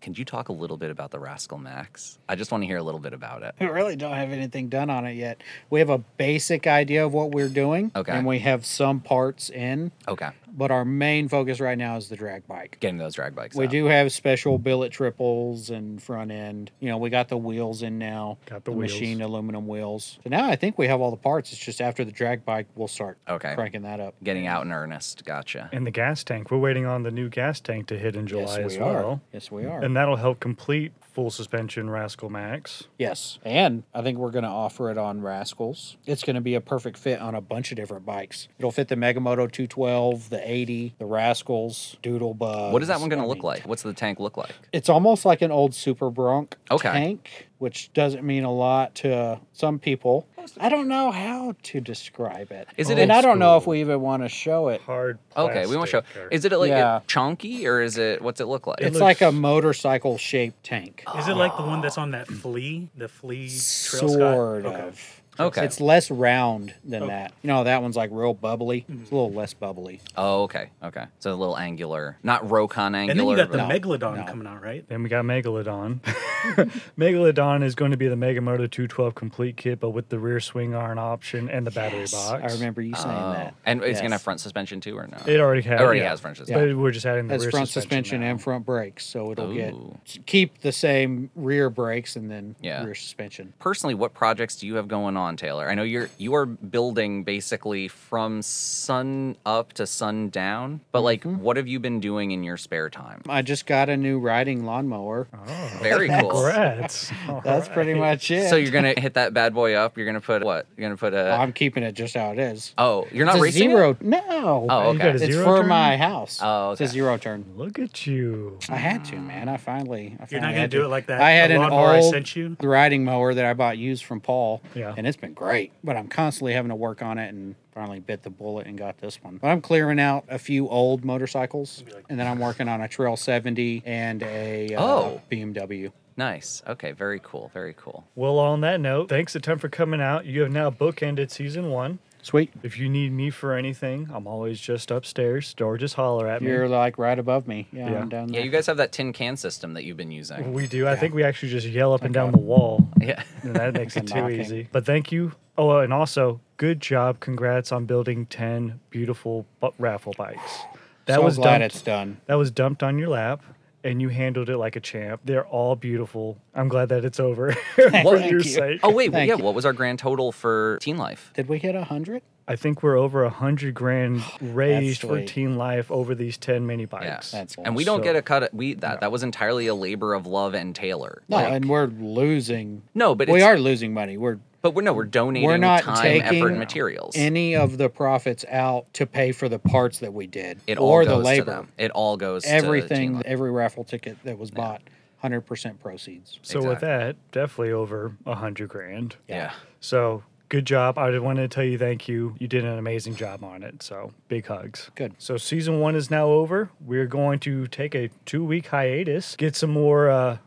[SPEAKER 3] Can you talk a little bit about the Rascal Max? I just want to hear a little bit about it.
[SPEAKER 2] We really don't have anything done on it yet. We have a basic idea of what we're doing.
[SPEAKER 3] Okay.
[SPEAKER 2] And we have some parts in,
[SPEAKER 3] Okay,
[SPEAKER 2] but our main focus right now is the drag bike.
[SPEAKER 3] getting those drag bikes.
[SPEAKER 2] We
[SPEAKER 3] out.
[SPEAKER 2] do have special billet triples and front end. You know, we got the wheels in now.
[SPEAKER 1] Got the wheels.
[SPEAKER 2] machine aluminum wheels. So now I think we have all the parts. It's just after the drag bike, we'll start
[SPEAKER 3] Okay.
[SPEAKER 2] cranking that up.
[SPEAKER 3] getting out in earnest. Gotcha.
[SPEAKER 1] And the gas tank. We're waiting on the new gas tank to hit in July
[SPEAKER 2] yes,
[SPEAKER 1] as
[SPEAKER 2] we
[SPEAKER 1] well.
[SPEAKER 2] Are. Yes, we are.
[SPEAKER 1] And that'll help complete full suspension Rascal Max.
[SPEAKER 2] yes, and I think we're going to offer it on Rascals. It's going to be a perfect fit on a bunch of different bikes. It'll fit the Megamoto 212, the 80, the Rascals, Doodle Bug.
[SPEAKER 3] What is that one going to look like? What's the tank look like?
[SPEAKER 2] It's almost like an old Super Bronc
[SPEAKER 3] Okay.
[SPEAKER 2] tank, which doesn't mean a lot to some people. I don't know how to describe it.
[SPEAKER 3] Is it
[SPEAKER 2] and
[SPEAKER 3] old
[SPEAKER 2] I don't know if
[SPEAKER 1] school?
[SPEAKER 2] we even want to show it.
[SPEAKER 1] Hard.
[SPEAKER 3] Okay, we won't show.
[SPEAKER 1] plastic or-
[SPEAKER 3] Is it like
[SPEAKER 2] Yeah.
[SPEAKER 3] chunky or is it? What's it look like?
[SPEAKER 1] It
[SPEAKER 2] It's
[SPEAKER 1] looks-
[SPEAKER 2] like a motorcycle shaped tank.
[SPEAKER 3] Oh,
[SPEAKER 4] Is it like the one that's on that flea, the flea trail sky?
[SPEAKER 2] Sort
[SPEAKER 4] Okay.
[SPEAKER 2] of.
[SPEAKER 3] Okay.
[SPEAKER 2] It's less round than that. You know, that one's like real bubbly. It's
[SPEAKER 1] Mm-hmm.
[SPEAKER 2] a little less bubbly.
[SPEAKER 3] oh, okay, okay. So a little angular, not Rokon angular.
[SPEAKER 4] And then you got the
[SPEAKER 3] but-
[SPEAKER 4] megalodon
[SPEAKER 2] no.
[SPEAKER 4] coming out, right?
[SPEAKER 1] Then we got Megalodon. Megalodon is going to be the Megamoto 212 complete kit, but with the rear swing arm option and the battery
[SPEAKER 2] Yes,
[SPEAKER 1] box.
[SPEAKER 2] I remember you saying
[SPEAKER 3] Oh.
[SPEAKER 2] that.
[SPEAKER 3] And it's
[SPEAKER 2] Yes.
[SPEAKER 3] gonna have front suspension too, or no?
[SPEAKER 1] It already has.
[SPEAKER 3] already has front suspension.
[SPEAKER 1] But we're just adding the
[SPEAKER 2] That's
[SPEAKER 1] rear
[SPEAKER 2] front
[SPEAKER 1] suspension,
[SPEAKER 2] suspension
[SPEAKER 1] now.
[SPEAKER 2] and front brakes, so it'll
[SPEAKER 3] Ooh.
[SPEAKER 2] get keep the same rear brakes and then
[SPEAKER 3] Oh. Yeah.
[SPEAKER 2] rear suspension.
[SPEAKER 3] Personally, what projects do you have going on, Taylor? I know you're you are building basically from sun up to sun down, but like, what have you been doing in your spare time?
[SPEAKER 2] I just got a new riding lawnmower.
[SPEAKER 3] Very cool.
[SPEAKER 1] Congrats.
[SPEAKER 2] That's pretty much it.
[SPEAKER 3] So you're gonna hit that bad boy up. You're gonna put what? You're gonna put a.
[SPEAKER 2] I'm keeping it just how it is.
[SPEAKER 3] oh, you're not
[SPEAKER 2] it's a
[SPEAKER 3] racing. it?
[SPEAKER 2] zero. No.
[SPEAKER 3] Oh,
[SPEAKER 1] You got
[SPEAKER 3] okay.
[SPEAKER 1] a
[SPEAKER 2] It's
[SPEAKER 1] zero
[SPEAKER 2] for
[SPEAKER 1] turn?
[SPEAKER 2] my house.
[SPEAKER 3] Oh,
[SPEAKER 2] It's a
[SPEAKER 3] okay. Mm.
[SPEAKER 2] zero turn.
[SPEAKER 1] Look at you.
[SPEAKER 2] I had to, man. I finally. I finally
[SPEAKER 4] You're not gonna
[SPEAKER 2] had
[SPEAKER 4] do
[SPEAKER 2] to.
[SPEAKER 4] it like that.
[SPEAKER 2] I had
[SPEAKER 4] the
[SPEAKER 2] an
[SPEAKER 4] lawnmower I
[SPEAKER 2] old
[SPEAKER 4] sent you.
[SPEAKER 2] riding mower that I bought used from Paul.
[SPEAKER 1] Yeah.
[SPEAKER 2] And it's been great, but I'm constantly having to work on it and finally bit the bullet and got this one. But I'm clearing out a few old motorcycles and then I'm working on a Trail 70 and a uh,
[SPEAKER 3] Oh.
[SPEAKER 2] BMW.
[SPEAKER 3] Nice. Okay. Very cool. Very cool.
[SPEAKER 1] Well, on that note, thanks a ton for coming out. You have now bookended season one.
[SPEAKER 2] Sweet.
[SPEAKER 1] If you need me for anything, I'm always just upstairs or just holler at me.
[SPEAKER 2] You're like right above me. Yeah,
[SPEAKER 1] Yeah.
[SPEAKER 2] I'm down
[SPEAKER 3] Yeah,
[SPEAKER 2] there.
[SPEAKER 3] you guys have that tin can system that you've been using.
[SPEAKER 1] we do. I think we actually just yell up and down the wall.
[SPEAKER 3] Yeah.
[SPEAKER 1] And that makes it
[SPEAKER 2] And
[SPEAKER 1] too
[SPEAKER 2] knocking.
[SPEAKER 1] easy. But thank you. Oh, and also, good job. Congrats on building 10 beautiful bu- raffle bikes. That
[SPEAKER 2] so
[SPEAKER 1] was
[SPEAKER 2] glad
[SPEAKER 1] dumped,
[SPEAKER 2] it's done.
[SPEAKER 1] that was dumped on your lap and you handled it like a champ. They're all beautiful. I'm glad that it's over for
[SPEAKER 2] Thank
[SPEAKER 1] your
[SPEAKER 2] you.
[SPEAKER 1] sake.
[SPEAKER 3] Oh wait,
[SPEAKER 2] Thank
[SPEAKER 3] yeah.
[SPEAKER 2] you.
[SPEAKER 3] What was our grand total for Teen Life?
[SPEAKER 2] Did we hit 100?
[SPEAKER 1] I think we're over a hundred grand raised for
[SPEAKER 2] sweet.
[SPEAKER 1] teen life over these 10 mini bikes.
[SPEAKER 3] Yeah,
[SPEAKER 2] That's
[SPEAKER 3] and we don't
[SPEAKER 1] so-
[SPEAKER 3] get a cut. Of, we that that was entirely a labor of love and Taylor.
[SPEAKER 2] No,
[SPEAKER 3] Like,
[SPEAKER 2] and we're losing.
[SPEAKER 3] no, but
[SPEAKER 2] we
[SPEAKER 3] it's-
[SPEAKER 2] are losing money. We're
[SPEAKER 3] But we're no, we're donating
[SPEAKER 2] we're not
[SPEAKER 3] time,
[SPEAKER 2] taking
[SPEAKER 3] effort, and materials.
[SPEAKER 2] any of the profits out to pay for the parts that we did
[SPEAKER 3] it all
[SPEAKER 2] or the
[SPEAKER 3] goes
[SPEAKER 2] labor.
[SPEAKER 3] to them. It all goes To Teen
[SPEAKER 2] Everything,
[SPEAKER 3] Life.
[SPEAKER 2] every raffle ticket that was bought, hundred percent proceeds.
[SPEAKER 1] So with
[SPEAKER 3] Exactly.
[SPEAKER 1] that, definitely over a hundred grand.
[SPEAKER 3] yeah.
[SPEAKER 1] So good job. I wanted to tell you thank you. You did an amazing job on it. So big hugs.
[SPEAKER 2] Good.
[SPEAKER 1] So season one is now over. We're going to take a two week hiatus, get some more uh,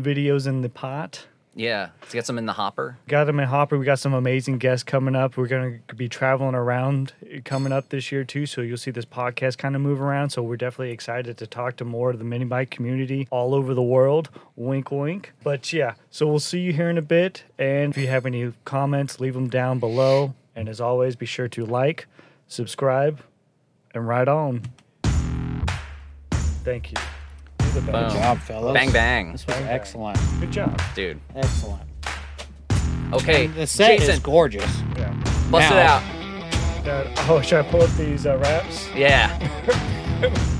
[SPEAKER 1] videos in the pot.
[SPEAKER 3] Yeah. Let's get some in the hopper.
[SPEAKER 1] Got them in Hopper. We got some amazing guests coming up. We're going to be traveling around uh, coming up this year, too. So you'll see this podcast kind of move around. So we're definitely excited to talk to more of the mini bike community all over the world. Wink, wink. But yeah, so we'll see you here in a bit. And if you have any comments, leave them down below. And as always, be sure to like, subscribe, and ride on. Thank you. You're the
[SPEAKER 3] Boom.
[SPEAKER 1] best.
[SPEAKER 2] Good job, fellas.
[SPEAKER 3] Bang bang,
[SPEAKER 2] This was excellent.
[SPEAKER 1] Good job.
[SPEAKER 3] dude.
[SPEAKER 2] Excellent.
[SPEAKER 3] Okay,
[SPEAKER 2] The set
[SPEAKER 3] Jason,
[SPEAKER 2] is gorgeous.
[SPEAKER 1] Yeah.
[SPEAKER 3] bust it
[SPEAKER 2] now.
[SPEAKER 3] out.
[SPEAKER 1] Dad, oh, should I pull up these uh, wraps?
[SPEAKER 3] Yeah.